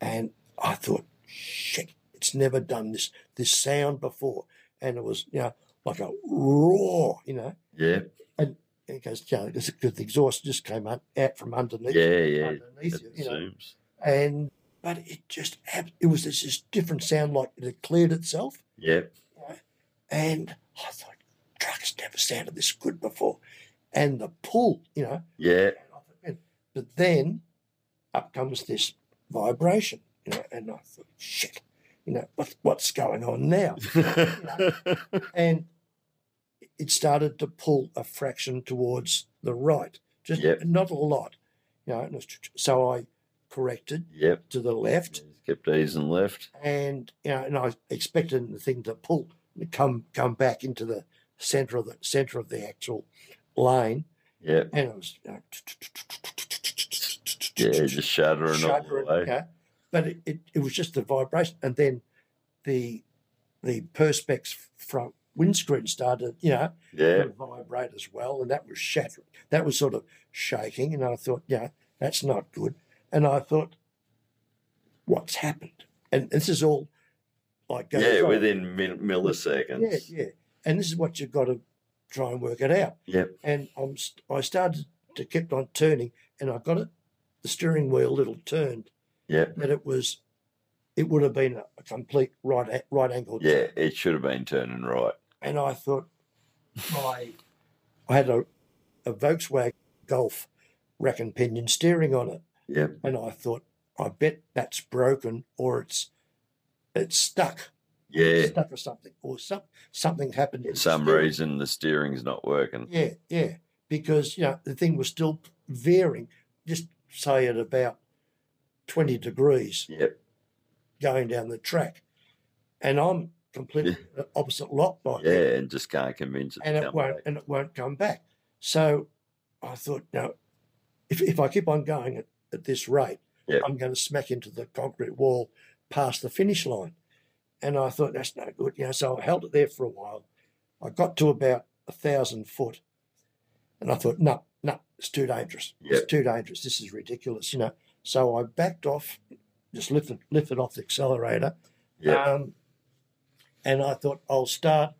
and i thought shit it's never done this this sound before and it was you know like a roar you know
Yep.
and it goes you know, it's because the exhaust just came out, out from underneath
Yeah. Yeah.
underneath you,
It
you know
zooms.
and but it just ab- it was this, this different sound like it had cleared itself
Yep.
and i thought trucks never sounded this good before and the pull you know
Yeah.
and off it went. But then up comes this vibration, you know, and I thought, shit, you know, what, what's going on now? and it started to pull a fraction towards the right, just
Yep.
not a lot, you know. And it was, so I corrected
yep.
to the left,
Kept easing left.
and you know, and I expected the thing to pull, come come back into the center of the center of the actual lane,
Yep.
and it was. You know,
Yeah. Just shuddering,
shudder
all the way.
and- yeah. But it, it, it was just the vibration, and then the the perspex front windscreen started, you know,
Yeah.
to vibrate as well, and that was shattering. That was sort of shaking, and I thought, yeah, that's not good. And I thought, what's happened? And this is all like goes
Yeah.
on.
Within min-
yeah,
milliseconds.
yeah. And this is what you've got to try and work it out
Yep.
and I'm st- I started to kept on turning, and I got it, the steering wheel a little turned.
Yep.
That it was, it would have been a, a complete right a- right angle.
Yeah. It should have been turning right.
And I thought, my, I had a, a Volkswagen Golf rack and pinion steering on it,
Yep.
and I thought, I bet that's broken or it's, it's stuck,
Yeah.
stuck or something, or some something happened. in
For
the
some
steering.
reason, the steering's not working.
Yeah, yeah. Because, you know, the thing was still veering, just say at about 20 degrees
Yep.
going down the track. And I'm completely the opposite lot by
Yeah.
now,
And just can't convince it. to
and it
come
won't
back.
and it won't come back. So I thought, no, if if I keep on going at, at this rate,
Yeah.
I'm going to smack into the concrete wall past the finish line. And I thought that's no good. You know, so I held it there for a while. I got to about a thousand foot, and I thought, no, no, it's too dangerous.
Yeah.
It's too dangerous. This is ridiculous. You know. So I backed off, just lifted lifted off the accelerator,
Yeah.
um, and I thought I'll start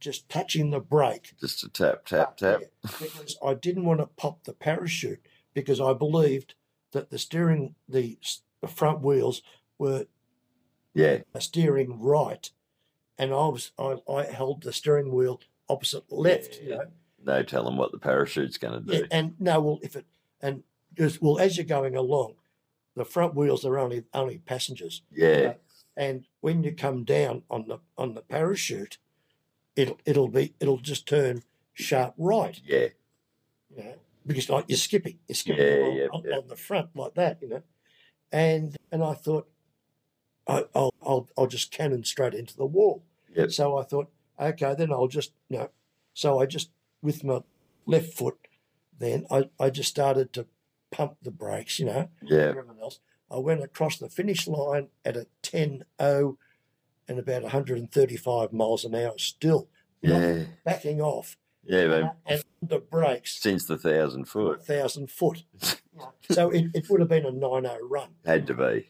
just touching the brake.
Just a tap, tap,
But,
tap.
yeah, because I didn't want to pop the parachute because I believed that the steering, the, s- the front wheels were
Yeah,
steering right, and I was I, I held the steering wheel opposite left. you
Yeah.
know.
no telling what the parachute's going to
Yeah,
do.
and no, well, if it and because well, as you're going along, the front wheels are only only passengers,
Yeah,
and when you come down on the on the parachute, it'll it'll be it'll just turn sharp right,
yeah,
you know, because like you're skipping, you're skipping
Yeah,
along
yeah,
on,
yeah.
on the front like that, you know, and and I thought, I, I'll I'll I'll just cannon straight into the wall.
Yep.
So I thought, okay, then I'll just no. So I just with my left foot, then I I just started to pump the brakes, you know,
yeah.
everyone else. I went across the finish line at a 10.0 and about 135 miles an hour, still not
Yeah,
backing off
yeah, man.
and the brakes
Since the thousand foot,
thousand foot. so it, it would have been a 9.0 run.
had to be,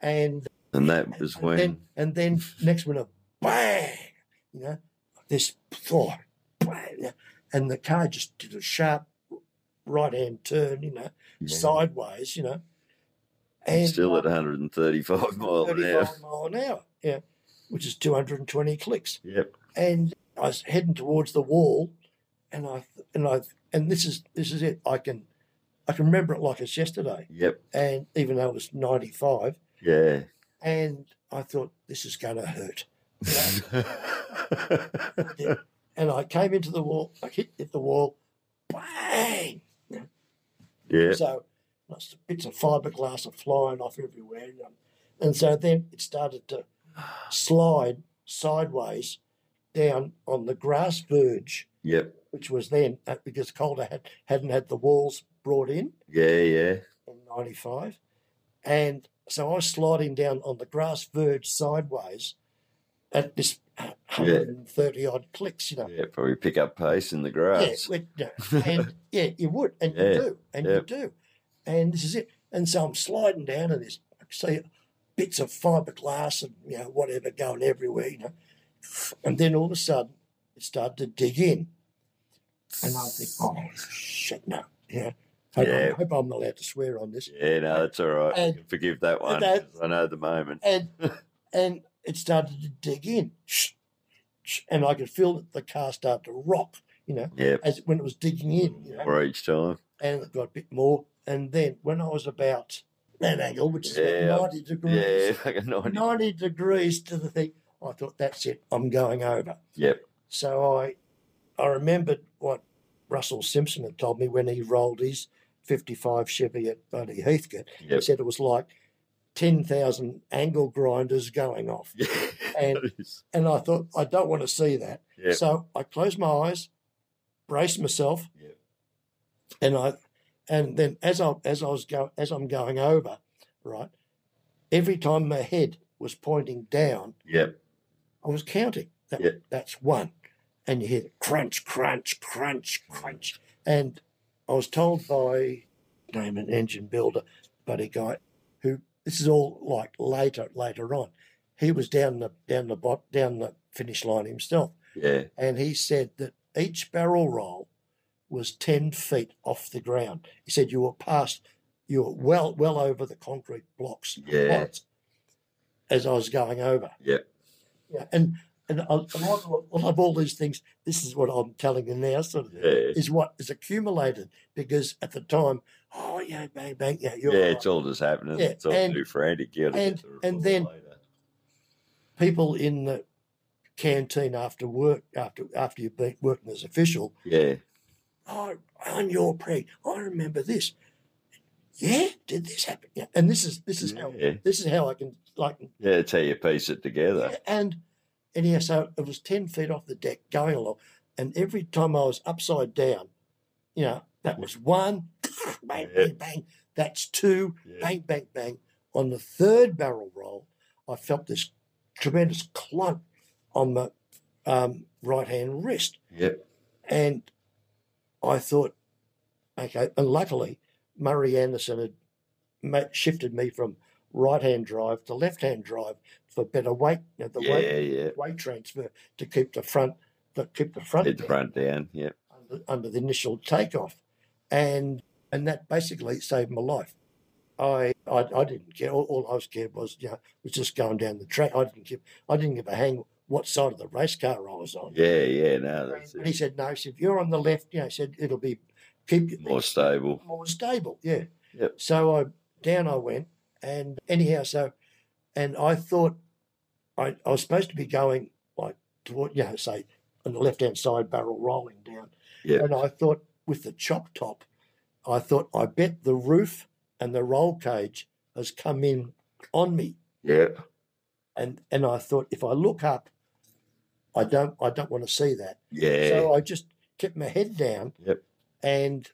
And
and that was
and then,
when.
and then next winter, bang, you know, this thought, bang, and the car just did a sharp right hand turn, you know,
Yeah.
sideways, you know, and
Still at
uh,
135 mile an hour.
35 mile an hour, yeah, which is 220 clicks,
Yep.
and I was heading towards the wall, and I and I and this is this is it. I can I can remember it like it's yesterday,
Yep.
and even though it was 95,
Yeah.
and I thought this is going to hurt. and I came into the wall. I hit, hit the wall, bang!
yeah.
So lots of bits of fiberglass are flying off everywhere, and, um, and so then it started to slide sideways down on the grass verge,
Yep.
which was then uh, because Calder had, hadn't had the walls brought in
Yeah. Yeah.
in '95, and so I was sliding down on the grass verge sideways at this 130 odd clicks, you know.
Yeah. Probably pick up pace in the
Yeah,
grass.
well, yeah, and yeah, you would, and
Yeah,
you do, and
yeah.
you do, and this is it. And so I'm sliding down, and there's I can see bits of fiberglass and you know whatever going everywhere, you know. And then all of a sudden, it started to dig in, and I think, oh shit, no, yeah. Hope,
Yeah.
I hope I'm allowed to swear on this.
Yeah, no, that's all right. I
And-
can forgive that one.
that-
'cause I know the moment.
And and it started to dig in, and I could feel that the car start to rock, you know,
Yep.
as when it was digging in. You know?
Or each time.
and it got a bit more. And then when I was about that angle, which is
Yeah.
about 90
Yeah,
degrees,
like a 90.
90 degrees to the thing, I thought, that's it, I'm going over.
Yep.
So I, I remembered what Russell Simpson had told me when he rolled his 55 Chevy at Buddy Heathcote. He
Yep.
said it was like 10,000 angle grinders going off. And-
That is-
And I thought, I don't want to see that.
Yep.
So I closed my eyes, braced myself,
Yep.
and I, and then as I as I was go as I'm going over, right, every time my head was pointing down,
Yep.
I was counting. That,
Yep.
That's one, and you hear the crunch, crunch, crunch, crunch, and I was told by name an engine builder buddy guy, who this is all like later later on, he was down the down the bot down the finish line himself
Yeah.
and he said that each barrel roll was 10 feet off the ground. He said you were past, you were well, well over the concrete blocks
Yeah.
plots as I was going over.
Yep.
Yeah. And, and I, I like a lot- I love all these things. This is what I'm telling you now, sort of,
Yeah.
is what is accumulated because at the time, oh, yeah, bang, bang, yeah, you're
Yeah,
right.
it's all just happening.
Yeah,
It's all
and-
too frantic. You gotta
and-
get the
and
report
then-
later.
people in the canteen after work, after after you've been working as official,
Yeah.
oh, on your preg, I remember this. Yeah, did this happen? Yeah. And this is this is how
Yeah.
this is how I can like
Yeah, it's how you piece it together.
and and yeah, so it was ten feet off the deck going along, and every time I was upside down, you know, that was one, bang,
Yeah.
bang, bang. That's two,
Yeah.
bang, bang, bang. On the third barrel roll, I felt this tremendous clump on the um, right hand wrist.
Yep.
And I thought, okay. And luckily, Murray Anderson had ma- shifted me from right hand drive to left hand drive for better weight, you know, the
Yeah,
weight,
yeah.
weight transfer to keep the front the, keep the front,
Head the
down
front down. Yep.
Under, under the initial takeoff, and and that basically saved my life. I I, I didn't care. All, all I was scared was you know, was just going down the track. I didn't give I didn't give a hang what side of the race car I was on.
Yeah, yeah. No, that's
And he
it.
said, no, he said, you're on the left. You know, he said, it'll be keep your-
more stable.
more stable. Yeah.
Yep.
So I down I went, and anyhow, so and I thought I, I was supposed to be going like toward you know say on the left hand side barrel rolling down,
Yep.
and I thought with the chop top, I thought I bet the roof and the roll cage has come in on me,
Yep.
and and I thought if I look up, I don't I don't want to see that.
Yeah.
So I just kept my head down
Yep.
and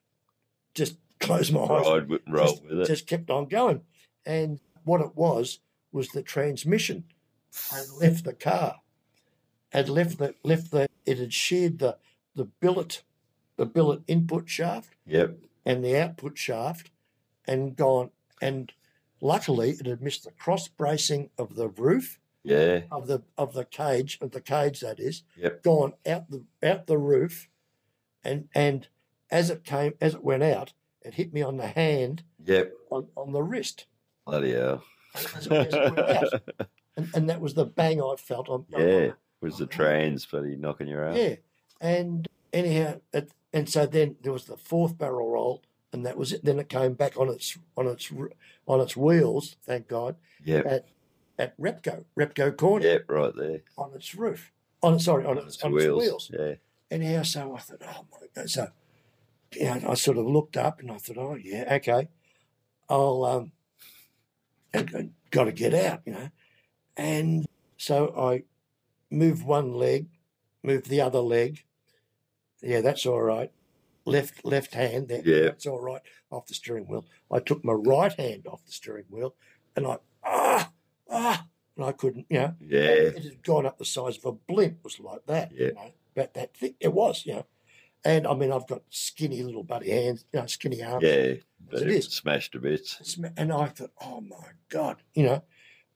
just closed my eyes.
Ride with, roll
just,
with it.
just kept on going. And what it was was the transmission had left the car. Had left the left the it had sheared the the billet the billet input shaft
yep.
and the output shaft and gone and luckily it had missed the cross bracing of the roof
Yeah.
of the of the cage of the cage that is
Yep.
gone out the out the roof and and as it came as it went out it hit me on the hand
Yep.
on, on the wrist
Bloody hell.
as it, as it went out. And, and that was the bang I felt on on-
yeah. Was the trans bloody knocking your ass?
yeah and anyhow it, and so then there was the fourth barrel roll and that was it then it came back on its on its r- on its wheels thank god
Yep.
at Repco Repco corner
Yep. Right there.
on its roof on sorry on, its,
Two
on
wheels.
its wheels
Yeah.
Anyhow, so I thought, oh my god. So, you know, I sort of looked up and I thought, oh yeah, okay, I'll um, got to get out, you know. And so I moved one leg, moved the other leg. Yeah, that's all right. Left left hand, that,
Yeah.
that's all right. Off the steering wheel, I took my right hand off the steering wheel, and I ah ah, and I couldn't, you know.
Yeah.
It had gone up the size of a blimp, was like that.
Yeah.
You know, about that thick. It was, you know. And I mean, I've got skinny little buddy hands, you know, skinny arms.
Yeah. But
it
it was
is.
smashed to bits.
It's ma- And I thought, oh my God, you know.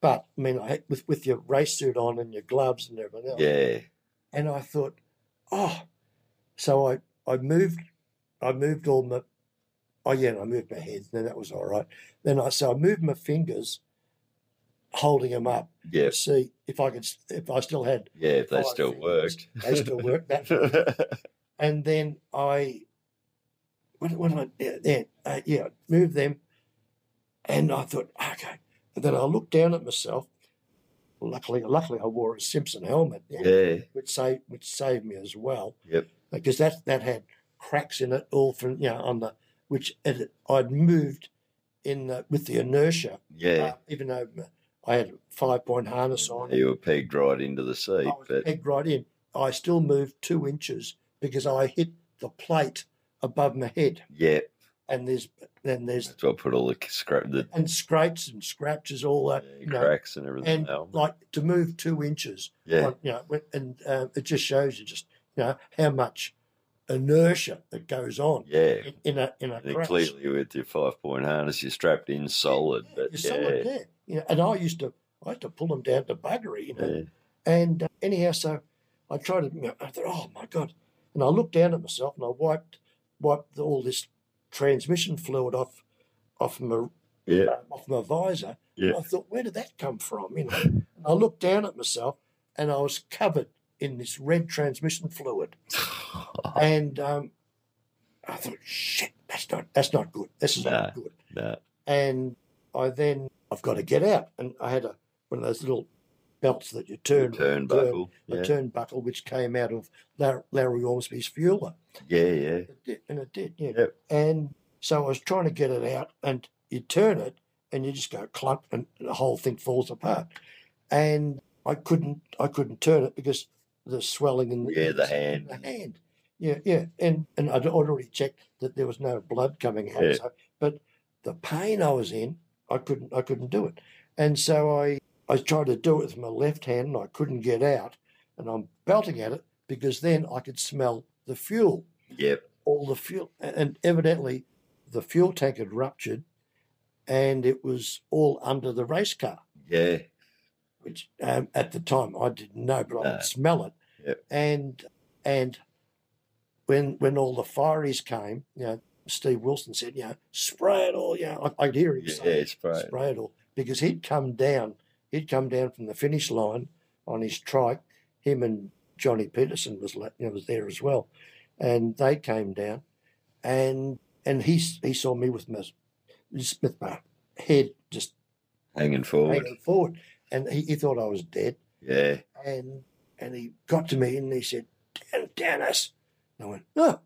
But I mean, I, with, with your race suit on and your gloves and everything else.
Yeah.
And I thought, oh. So I, I moved, I moved all my, oh yeah, and I moved my hands. Then that was all right. Then I, so I moved my fingers, holding them up
Yep.
to see if I could, s- if I still had
Yeah. If they
five
still
fingers.
worked.
They still worked. That, and then I, what, what did I do? Then, uh, yeah, moved them. And I thought, okay. And then I looked down at myself. Luckily, luckily, I wore a Simpson helmet,
yeah.
which saved which saved me as well.
Yep.
Because that that had cracks in it, all from you know, on the which it, I'd moved in the, with the inertia,
Yeah.
uh, even though I had a five point harness on.
you were pegged right into the seat,
I was
but
pegged right in. I still moved two inches because I hit the plate above my head,
yeah,
and there's then there's
that's what put all the scrap, the
and scrapes and scratches, all that, you know,
cracks and everything.
and
now.
like to move two inches,
yeah,
like, you know, when- and uh, it just shows you just you know how much inertia that goes on
yeah.
in, in a in a
And
crash.
clearly, with your five point harness, you're strapped in solid,
Yeah,
but
you're
yeah,
solid there, you know, and I used to I used to pull them down to buggery, you know,
yeah,
And uh, anyhow, so I tried to. you know, I thought, oh my god! And I looked down at myself and I wiped wiped all this transmission fluid off off my uh,
yeah,
off my visor.
Yeah.
And I thought, where did that come from? You know. and I looked down at myself and I was covered in this red transmission fluid.
Uh-huh.
And um, I thought, shit, that's not that's not good. This is not good
nah,
and I then I've got to get out, and I had a one of those little belts that you turn
turnbuckle,
the
yeah,
turnbuckle, which came out of Lar- Larry Ormsby's fueler,
yeah, yeah,
and it did, yeah.
Yep.
And so I was trying to get it out, and you turn it, and you just go clump, and the whole thing falls apart. And I couldn't, I couldn't turn it because the swelling in
Yeah, the
in
hand.
the hand. Yeah, yeah, and and I'd already checked that there was no blood coming out.
Yeah.
So, but the pain I was in, I couldn't, I couldn't do it. And so I, I tried to do it with my left hand, and I couldn't get out. And I'm belting at it because then I could smell the fuel
yep,
all the fuel, and evidently the fuel tank had ruptured, and it was all under the race car,
yeah,
which um, at the time I didn't know, but I
No.
could smell it,
Yep.
and And when when all the fireys came, you know, Steve Wilson said, you know, spray it all. You know, I, I'd hear him
Yeah,
say,
it's great.
spray it all because he'd come down. He'd come down from the finish line on his trike. Him and Johnny Peterson was la- you know, was there as well, and they came down, and and he s- he saw me with my just with my head just
Hanging forward.
hanging forward, and he, he thought I was dead,
Yeah.
and and he got to me and he said, "Dan- "Dennis," and I went, "Oh,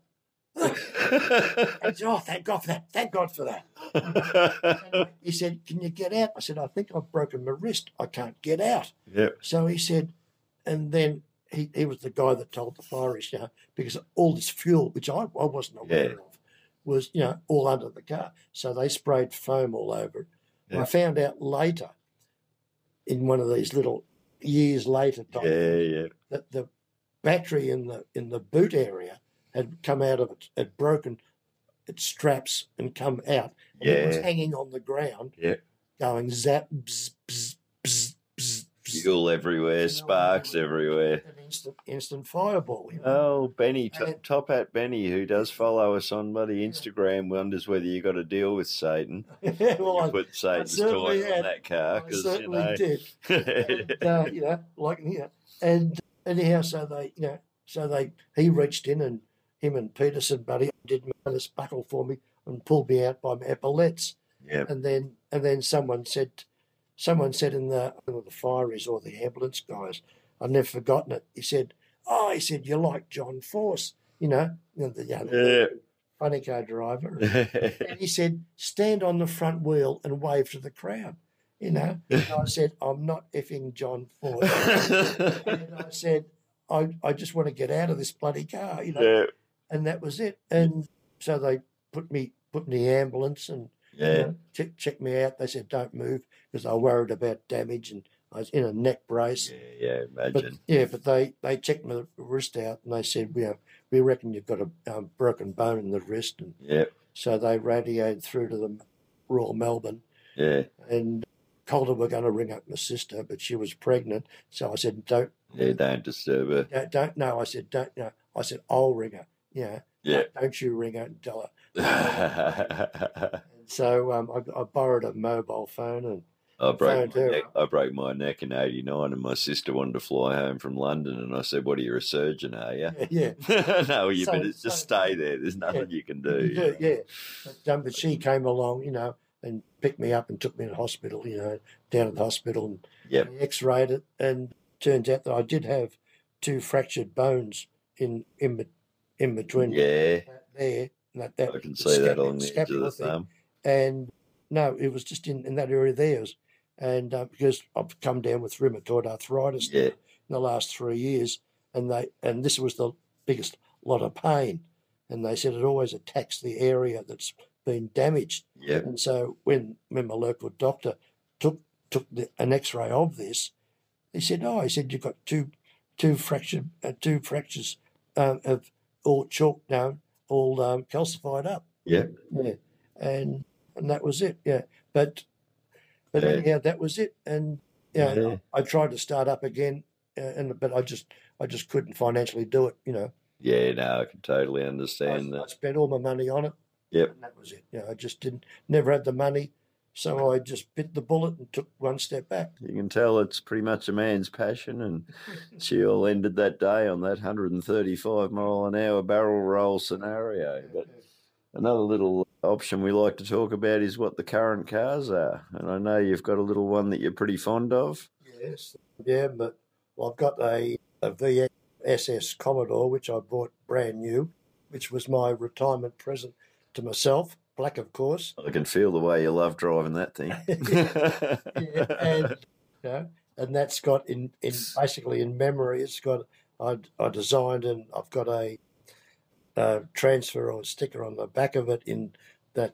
oh, thank God for that! Thank God for that!" He said, Can you get out? I said, I think I've broken my wrist. I can't get out.
yep.
So he said, and then he, he was the guy that told the fire you know, because all this fuel, which I, I wasn't aware
Yeah.
of, was, you know, all under the car. So they sprayed foam all over it.
Yeah.
I found out later, in one of these little years later type
Yeah, yeah.
that the battery in the in the boot area had come out of it, had broken its straps and come out. And It was
Yeah.
hanging on the ground.
Yeah.
Going zap, bzz, bzz, bzz, bzz, bzz.
Fuel everywhere, sparks everywhere.
An instant, instant fireball. You know?
Oh, Benny,
And
t-
it-
top hat Benny, who does follow us on bloody Instagram, wonders whether you got to deal with Satan.
well,
Well,
I,
you put Satan's
certainly
toy on
had.
that car
I
because you
certainly
know.
did. and, uh, you know, like you know, and anyhow, so they, you know, so they, he reached in and him and Peterson, buddy, did this buckle for me and pulled me out by my epaulets,
yeah,
and then and then someone said, someone said in the one of the fireys or the ambulance guys, I've never forgotten it. He said, "Oh, he said you like John Force, you know, you know, the you know,
yeah.
funny car driver." And he said, stand on the front wheel and wave to the crowd. You know, and I said, I'm not effing John Ford. and I said, I, I just want to get out of this bloody car, you know.
yeah,
And that was it. And so they put me put me in the ambulance and you
yeah.
know, um, check, check me out. They said, don't move because they were worried about damage and I was in a neck brace.
Yeah, yeah,
But
imagine.
yeah, but they, they checked my wrist out and they said, we, we reckon you've got a um, broken bone in the wrist. And
Yeah,
so they radioed through to the Royal Melbourne,
yeah,
and Calder were going to ring up my sister, but she was pregnant. So I said, "Don't,
yeah. Don't disturb her.
don't, don't no." I said, "Don't no." I said, "I'll ring her." Yeah,
Yeah.
Don't you ring her and tell her.
I
And so um, I, I borrowed a mobile phone, and
broke my
Phone
neck.
too.
I broke my neck in '89, and my sister wanted to fly home from London, and I said, "What are you a surgeon? Are you?"
yeah, yeah,
no, you
So-
better just
so-
stay there. There's nothing you can do. you
yeah.
know.
yeah. But, um, but she came along, you know, and picked me up and took me to the hospital, you know, down at the hospital, and
Yep.
They x-rayed it and turns out that I did have two fractured bones in in be- in between
Yeah,
that there and that, that
I can
the
see that
scapu-
on the edge of
scapular
the
thing.
thumb.
and no it was just in, in that area there It was- and uh, because I've come down with rheumatoid arthritis
Yeah.
in the last 3 years and they and this was the biggest lot of pain and they said it always attacks the area that's been damaged
Yep.
and so when, when my local doctor took took the, an X-ray of this, he said, "Oh, he said you've got two two fractured uh, two fractures um, of all chalk down, all um, calcified up."
Yeah.
yeah, and and that was it. Yeah, but but
Yeah.
anyhow, that was it. And yeah,
Yeah.
I tried to start up again, uh, and but I just I just couldn't financially do it. You know,
Yeah, no, I can totally
I,
understand
I
that.
spent all my money on it.
uh, Yep.
And that was it. You know, I just didn't, never had the money. So I just bit the bullet and took one step back.
You can tell it's pretty much a man's passion, and she all ended that day on that 135 mile an hour barrel roll scenario. But another little option we like to talk about is what the current cars are, and I know you've got a little one that you're pretty fond of.
Yes. Yeah, but well, I've got a, a VSS Commodore, which I bought brand new, which was my retirement present to myself, black, of course.
I can feel the way you love driving that thing.
Yeah, and, you know, and that's got in, in basically in memory, it's got, I, I designed and I've got a, uh transfer or sticker on the back of it in that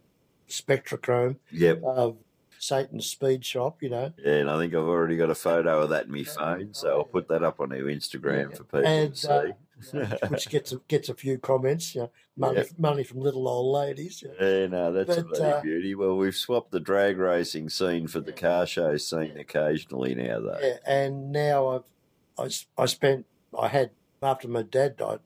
spectrochrome
yep.
of Satan's Speed Shop, you know.
Yeah, and I think I've already got a photo of that in my phone, so I'll put that up on our Instagram for people
And,
to see.
uh, which gets a, gets a few comments, you know, money,
Yeah.
money from little old ladies. you know.
Yeah, no, that's a
But,
bloody
uh,
beauty. Well, we've swapped the drag racing scene for the
Yeah.
car show scene
Yeah.
occasionally now, though.
Yeah, and now I've I, s- I spent I had after my dad died,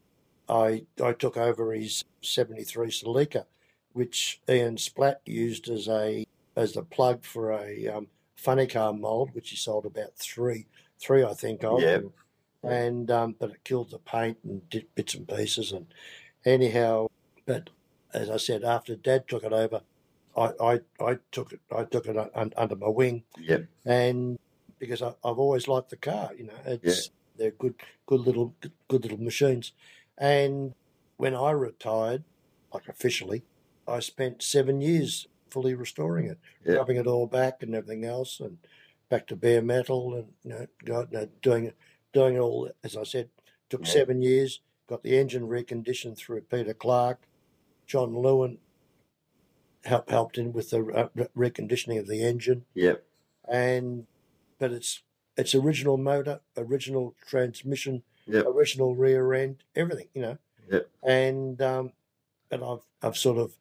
I, I took over his 73 Celica, which Ian Splatt used as a as the plug for a um, funny car mold, which he sold about three, three I think of.
Yeah.
And um, but it killed the paint and did bits and pieces. And anyhow, but as I said, after Dad took it over, I, I, I took it I took it un, under my wing,
Yep.
and because I, I've always liked the car, you know, it's they're good good little good little machines. And when I retired, like officially, I spent seven years fully restoring it,
Yeah.
rubbing it all back and everything else, and back to bare metal and you know, God, no, doing it, doing it all. As I said, took
Yeah.
seven years. Got the engine reconditioned through Peter Clark, John Lewin help, helped in with the uh, re- reconditioning of the engine,
Yep.
and but it's it's original motor, original transmission,
Yep.
original rear end, everything, you know.
Yep.
And um, and I've I've sort of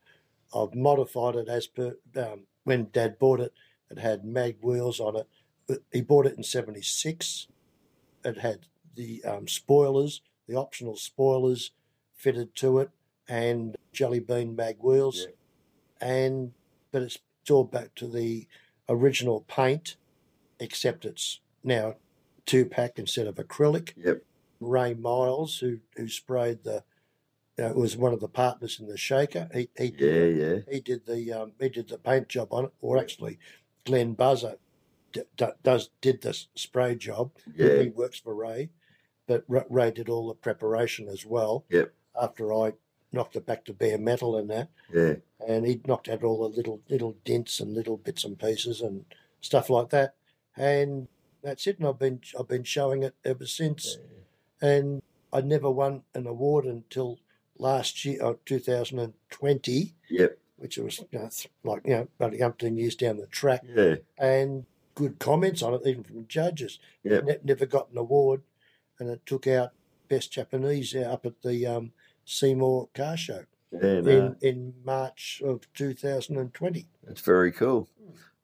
I've modified it as per um, when Dad bought it. It had mag wheels on it. But He bought it in '76. It had the um, spoilers, the optional spoilers fitted to it, and jelly bean mag wheels. And but it's, it's all back to the original paint, except it's now two pack instead of acrylic.
Yep.
Ray Miles, who who sprayed the, uh, was one of the partners in the shaker. He he
Yeah.
did,
Yeah.
he did the um, he did the paint job on it, or actually, Glenn Buzzer d- d- does did the s- spray job.
Yeah.
He works for Ray, but Ra- Ray did all the preparation as well.
Yep.
After I knocked it back to bare metal and that,
Yeah.
and he knocked out all the little little dents and little bits and pieces and stuff like that, and that's it. And I've been I've been showing it ever since and I never won an award until last year, uh, 2020,
Yep.
which was you know, th- like you know about umpteen years down the track,
Yeah.
and good comments on it even from judges.
Yep.
Ne- never got an award, and it took out best Japanese up at the um, Seymour Car Show
Yeah. No,
in, in March of 2020.
it's very cool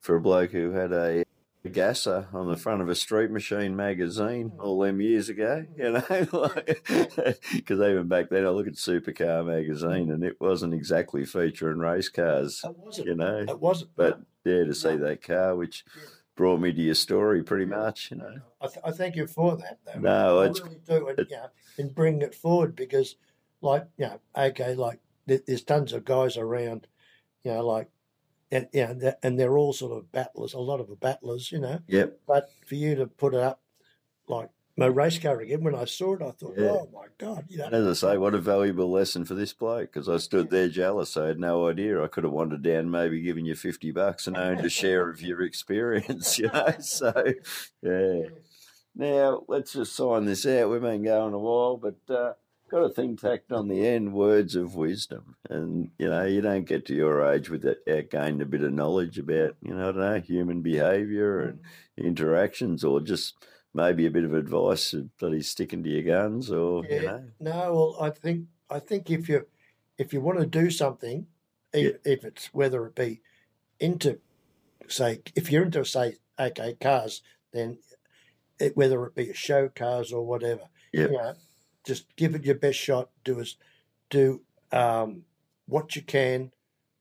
for a bloke who had a gasser on the front of a Street Machine magazine all them years ago. You know, because even back then I look at Supercar magazine and it wasn't exactly featuring race cars.
It wasn't.
You know,
It wasn't.
but there to see that car, which
Yeah.
brought me to your story pretty much. You know.
I, th- I thank you for that. Though.
No,
I
it's
really do, and, yeah, and bring it forward because, like, you know, okay, like there- there's tons of guys around, you know, like, and yeah, and they're- and they're all sort of battlers. A lot of the battlers, you know.
yep.
But for you to put it up, like my race car again, when I saw it, I thought,
Yeah.
oh my god, you know.
And as I say, what a valuable lesson for this bloke because I stood there jealous. I had no idea. I could have wandered down, maybe given you 50 bucks and owned a share of your experience, you know. So, yeah. Now, let's just sign this out. We've been going a while, but uh, got a thing tacked on the end words of wisdom. And, you know, you don't get to your age without gaining a bit of knowledge about, you know, I don't know, human behavior and interactions or just maybe a bit of advice of bloody sticking to your guns or, you
Yeah.
know.
No, well, I think I think if you if you want to do something, if, if it's whether it be into say if you're into say okay cars, then it, whether it be a show cars or whatever,
Yep.
you know, just give it your best shot. Do as do um, what you can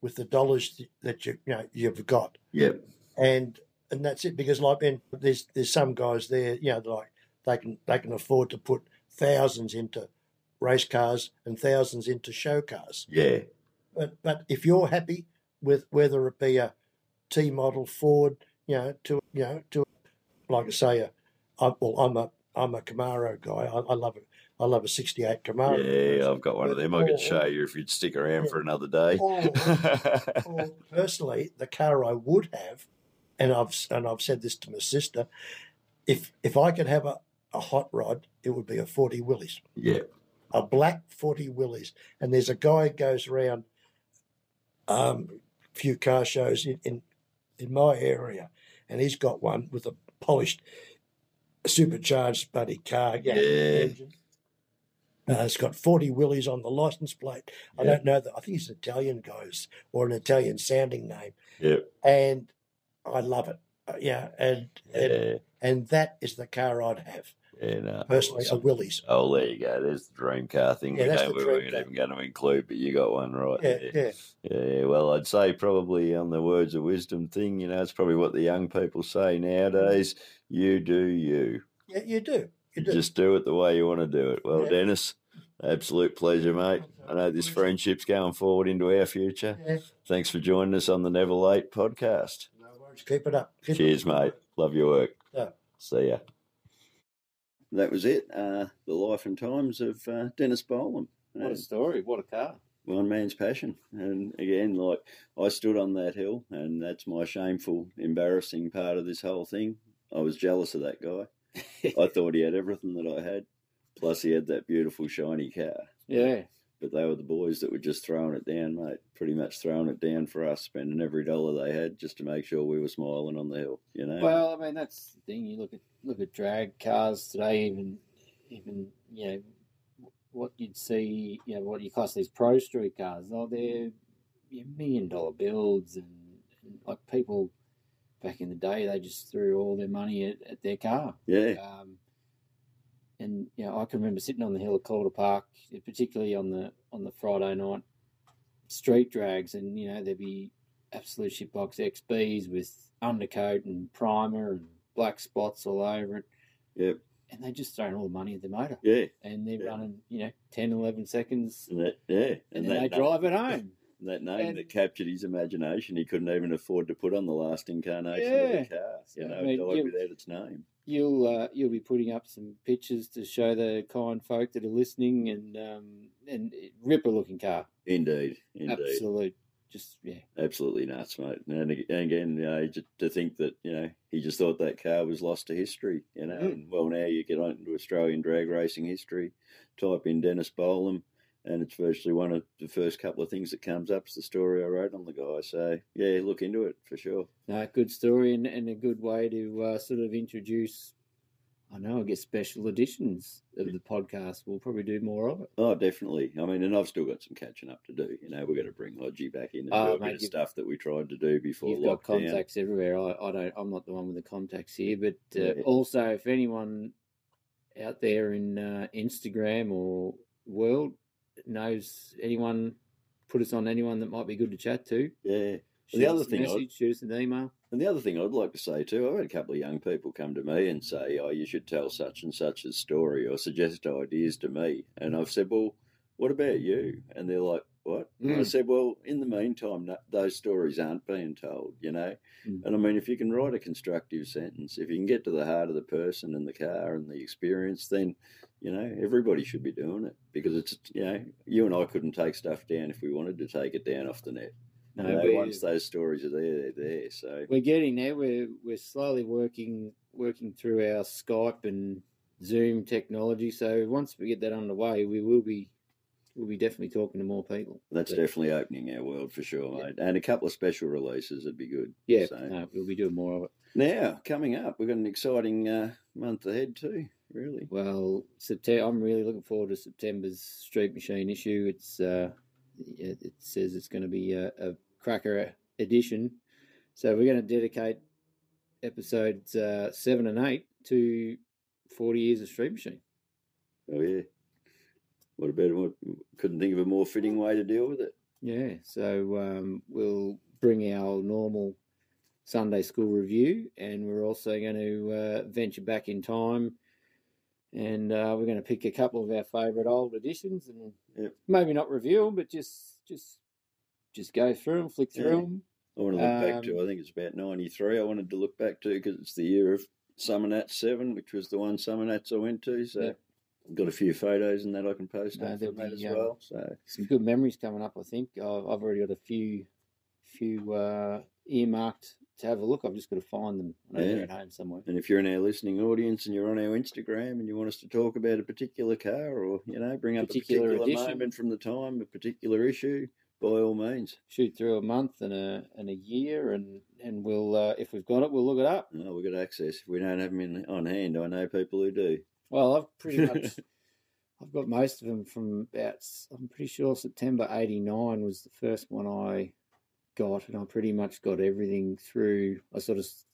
with the dollars that you, you know you've got
Yep.
and and that's it because like then there's there's some guys there you know like they can they can afford to put thousands into race cars and thousands into show cars
Yeah.
but but if you're happy with whether it be a T model Ford you know to you know to like I say a, I, well I'm a I'm a Camaro guy I, I love it I love a '68 Camaro
Yeah, I've got one of them I could show you if you'd stick around for another day.
Or-
Oh.
Well, personally, the car I would have, and I've and I've said this to my sister, if if I could have a, a hot rod, it would be a forty Willys,
yeah.
a black forty Willys. And there's a guy goes around um, a few car shows in, in in my area, and he's got one with a polished supercharged buddy car.
Yeah.
engine. Uh, it's got 40 willies on the license plate. I
Yeah.
don't know that. I think he's an Italian guys or an Italian sounding name.
Yeah.
And I love it. Uh, yeah. And, and, and that is the car I'd have.
Yeah, no.
Personally, it's the Willies.
Oh, there you go. There's the dream car thing.
Yeah,
we
that's
know
the
we
dream
weren't
car.
even going to include, but you got one right.
Yeah, yeah.
Yeah, yeah, well, I'd say probably on the words of wisdom thing, you know, it's probably what the young people say nowadays. You do you.
Yeah, you do. You
You
do.
just do it the way you want to do it. Well,
Yeah.
Dennis, absolute pleasure, mate. I know this friendship's going forward into our future.
yeah.
Thanks for joining us on the Never Late podcast.
No worries. Keep it up. Keep it
Cheers,
up.
mate. Love your work.
Yeah.
See ya.
That was it. Uh, the life and times of uh, Dennis Bolam.
What a story. What a car.
one man's passion. And again, like I stood on that hill, and that's my shameful, embarrassing part of this whole thing. I was jealous of that guy. I thought he had everything that I had. Plus, he had that beautiful, shiny car.
Yeah.
But they were the boys that were just throwing it down, mate. Pretty much throwing it down for us, spending every dollar they had just to make sure we were smiling on the hill, you know?
Well, I mean that's the thing. You look at look at drag cars today. Even even you know what you'd see. You know what you class these pro street cars. Oh, they're you know, million dollar builds and, and like people back in the day they just threw all their money at, at their car.
yeah,
Um, and you know, I can remember sitting on the hill at Calder Park, particularly on the on the Friday night street drags, and you know there'd be absolute shitbox XBs with undercoat and primer and black spots all over it.
Yep.
And they just throwing all the money at the motor,
yeah,
and they're
Yeah.
running you know 10, 11 seconds,
and that, yeah.
and, then they
that-
drive it home.
that name
And-
that captured his imagination. He couldn't even afford to put on the last incarnation
Yeah.
of the car. You
So,
know,
I mean,
it died
you-
without its name.
You'll uh, you'll be putting up some pictures to show the kind folk that are listening, and um, and ripper looking car.
Indeed, indeed,
Absolute. Just yeah.
absolutely nuts, mate. And ag- and again, you know, just to think that you know he just thought that car was lost to history. You know,
Mm.
and well now you get on to Australian drag racing history, type in Dennis Bolam. And it's virtually one of the first couple of things that comes up. It's the story I wrote on the guy. So, yeah, look into it for sure.
No, good story and, and a good way to uh, sort of introduce. I know I get special editions of the podcast. We'll probably do more of it.
Oh, definitely. I mean, and I've still got some catching up to do. You know, we've got to bring Lodgy back in and
Oh,
do a
mate,
bit of
you've-
stuff that we tried to do before
You've
lockdown.
got contacts everywhere. I, I don't. I'm not the one with the contacts here, but uh,
Yeah.
also if anyone out there in uh, Instagram or world knows anyone, put us on anyone that might be good to chat to.
Yeah.
Shoot
The other
us a
thing I-
message, shoot us an email.
And the other thing I'd like to say too, I've had a couple of young people come to me and say, "Oh, you should tell such and such a story," or suggest ideas to me. And I've said, "Well, what about you?" And they're like, "What?" And I
Mm.
said, "Well, in the meantime, no, those stories aren't being told, you know."
Mm.
And I mean, if you can write a constructive sentence, if you can get to the heart of the person and the car and the experience, then you know everybody should be doing it because it's you know you and I couldn't take stuff down if we wanted to take it down off the net.
No,
you know,
we-
once those stories are there, they're there. So.
we're getting there. We're we're slowly working working through our Skype and Zoom technology. So once we get that underway, we will be we'll be definitely talking to more people.
That's
But,
definitely opening our world for sure,
Yeah.
mate. And a couple of special releases would be good.
yeah.
So.
No, we'll be doing more of it.
Now, coming up, we've got an exciting uh, month ahead too, really.
Well, September. I'm really looking forward to September's Street Machine issue. It's uh, it, it says it's going to be a, a cracker edition. So we're going to dedicate episodes uh, seven and eight to forty years of Street Machine.
Oh, yeah. What about what? Couldn't think of a more fitting way to deal with it.
Yeah, so um, we'll bring our normal Sunday school review, and we're also going to uh, venture back in time, and uh, we're going to pick a couple of our favourite old editions, and
Yep.
maybe not review them, but just just just go through them, flick through
Yeah.
them.
I want to look back to,
Um,
I think it's about 93. I wanted to look back to because it's the year of Summernats 7, which was the one Summernats I went to. So
Yeah.
I've got a few photos and that I can post
No,
up
there'll
from that
be,
as
um,
well. So,
Some good memories coming up, I think. I've, I've already got a few few uh, earmarked to have a look. I've just got to find them. I know
Yeah.
they're at home somewhere.
And if you're in our listening audience and you're on our Instagram and you want us to talk about a particular car or, you know, bring up
Particular
a particular
edition.
moment from the time, a particular issue, by all means.
Shoot through a month and a and a year, and and we'll uh, if we've got it, we'll look it up.
No, we've got access. If we don't have them in, on hand, I know people who do.
Well, I've pretty much, I've got most of them from about. s- I'm pretty sure September '89 was the first one I got, and I pretty much got everything through. I sort of s-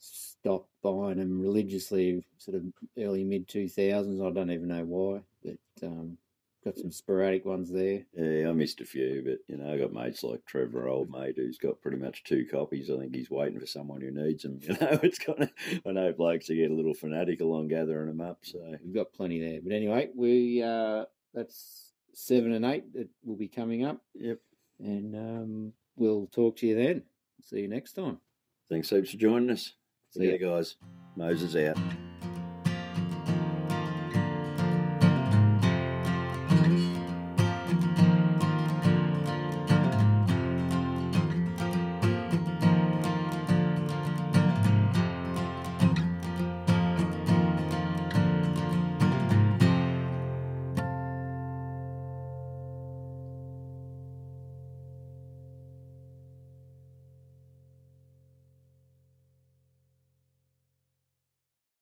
s- stopped buying them religiously, sort of early mid two thousands. I don't even know why, but um, got some sporadic ones there.
Yeah, I missed a few, but you know, I got mates like Trevor, old mate, who's got pretty much two copies. I think he's waiting for someone who needs them. You know, it's kind of I know blokes who get a little fanatical on gathering them up. So
We've got plenty there. But anyway, we uh, that's seven and eight that will be coming up,
yep,
and um, we'll talk to you then. See you next time.
thanks heaps for joining us.
See
See
ya.
you guys. Moses out.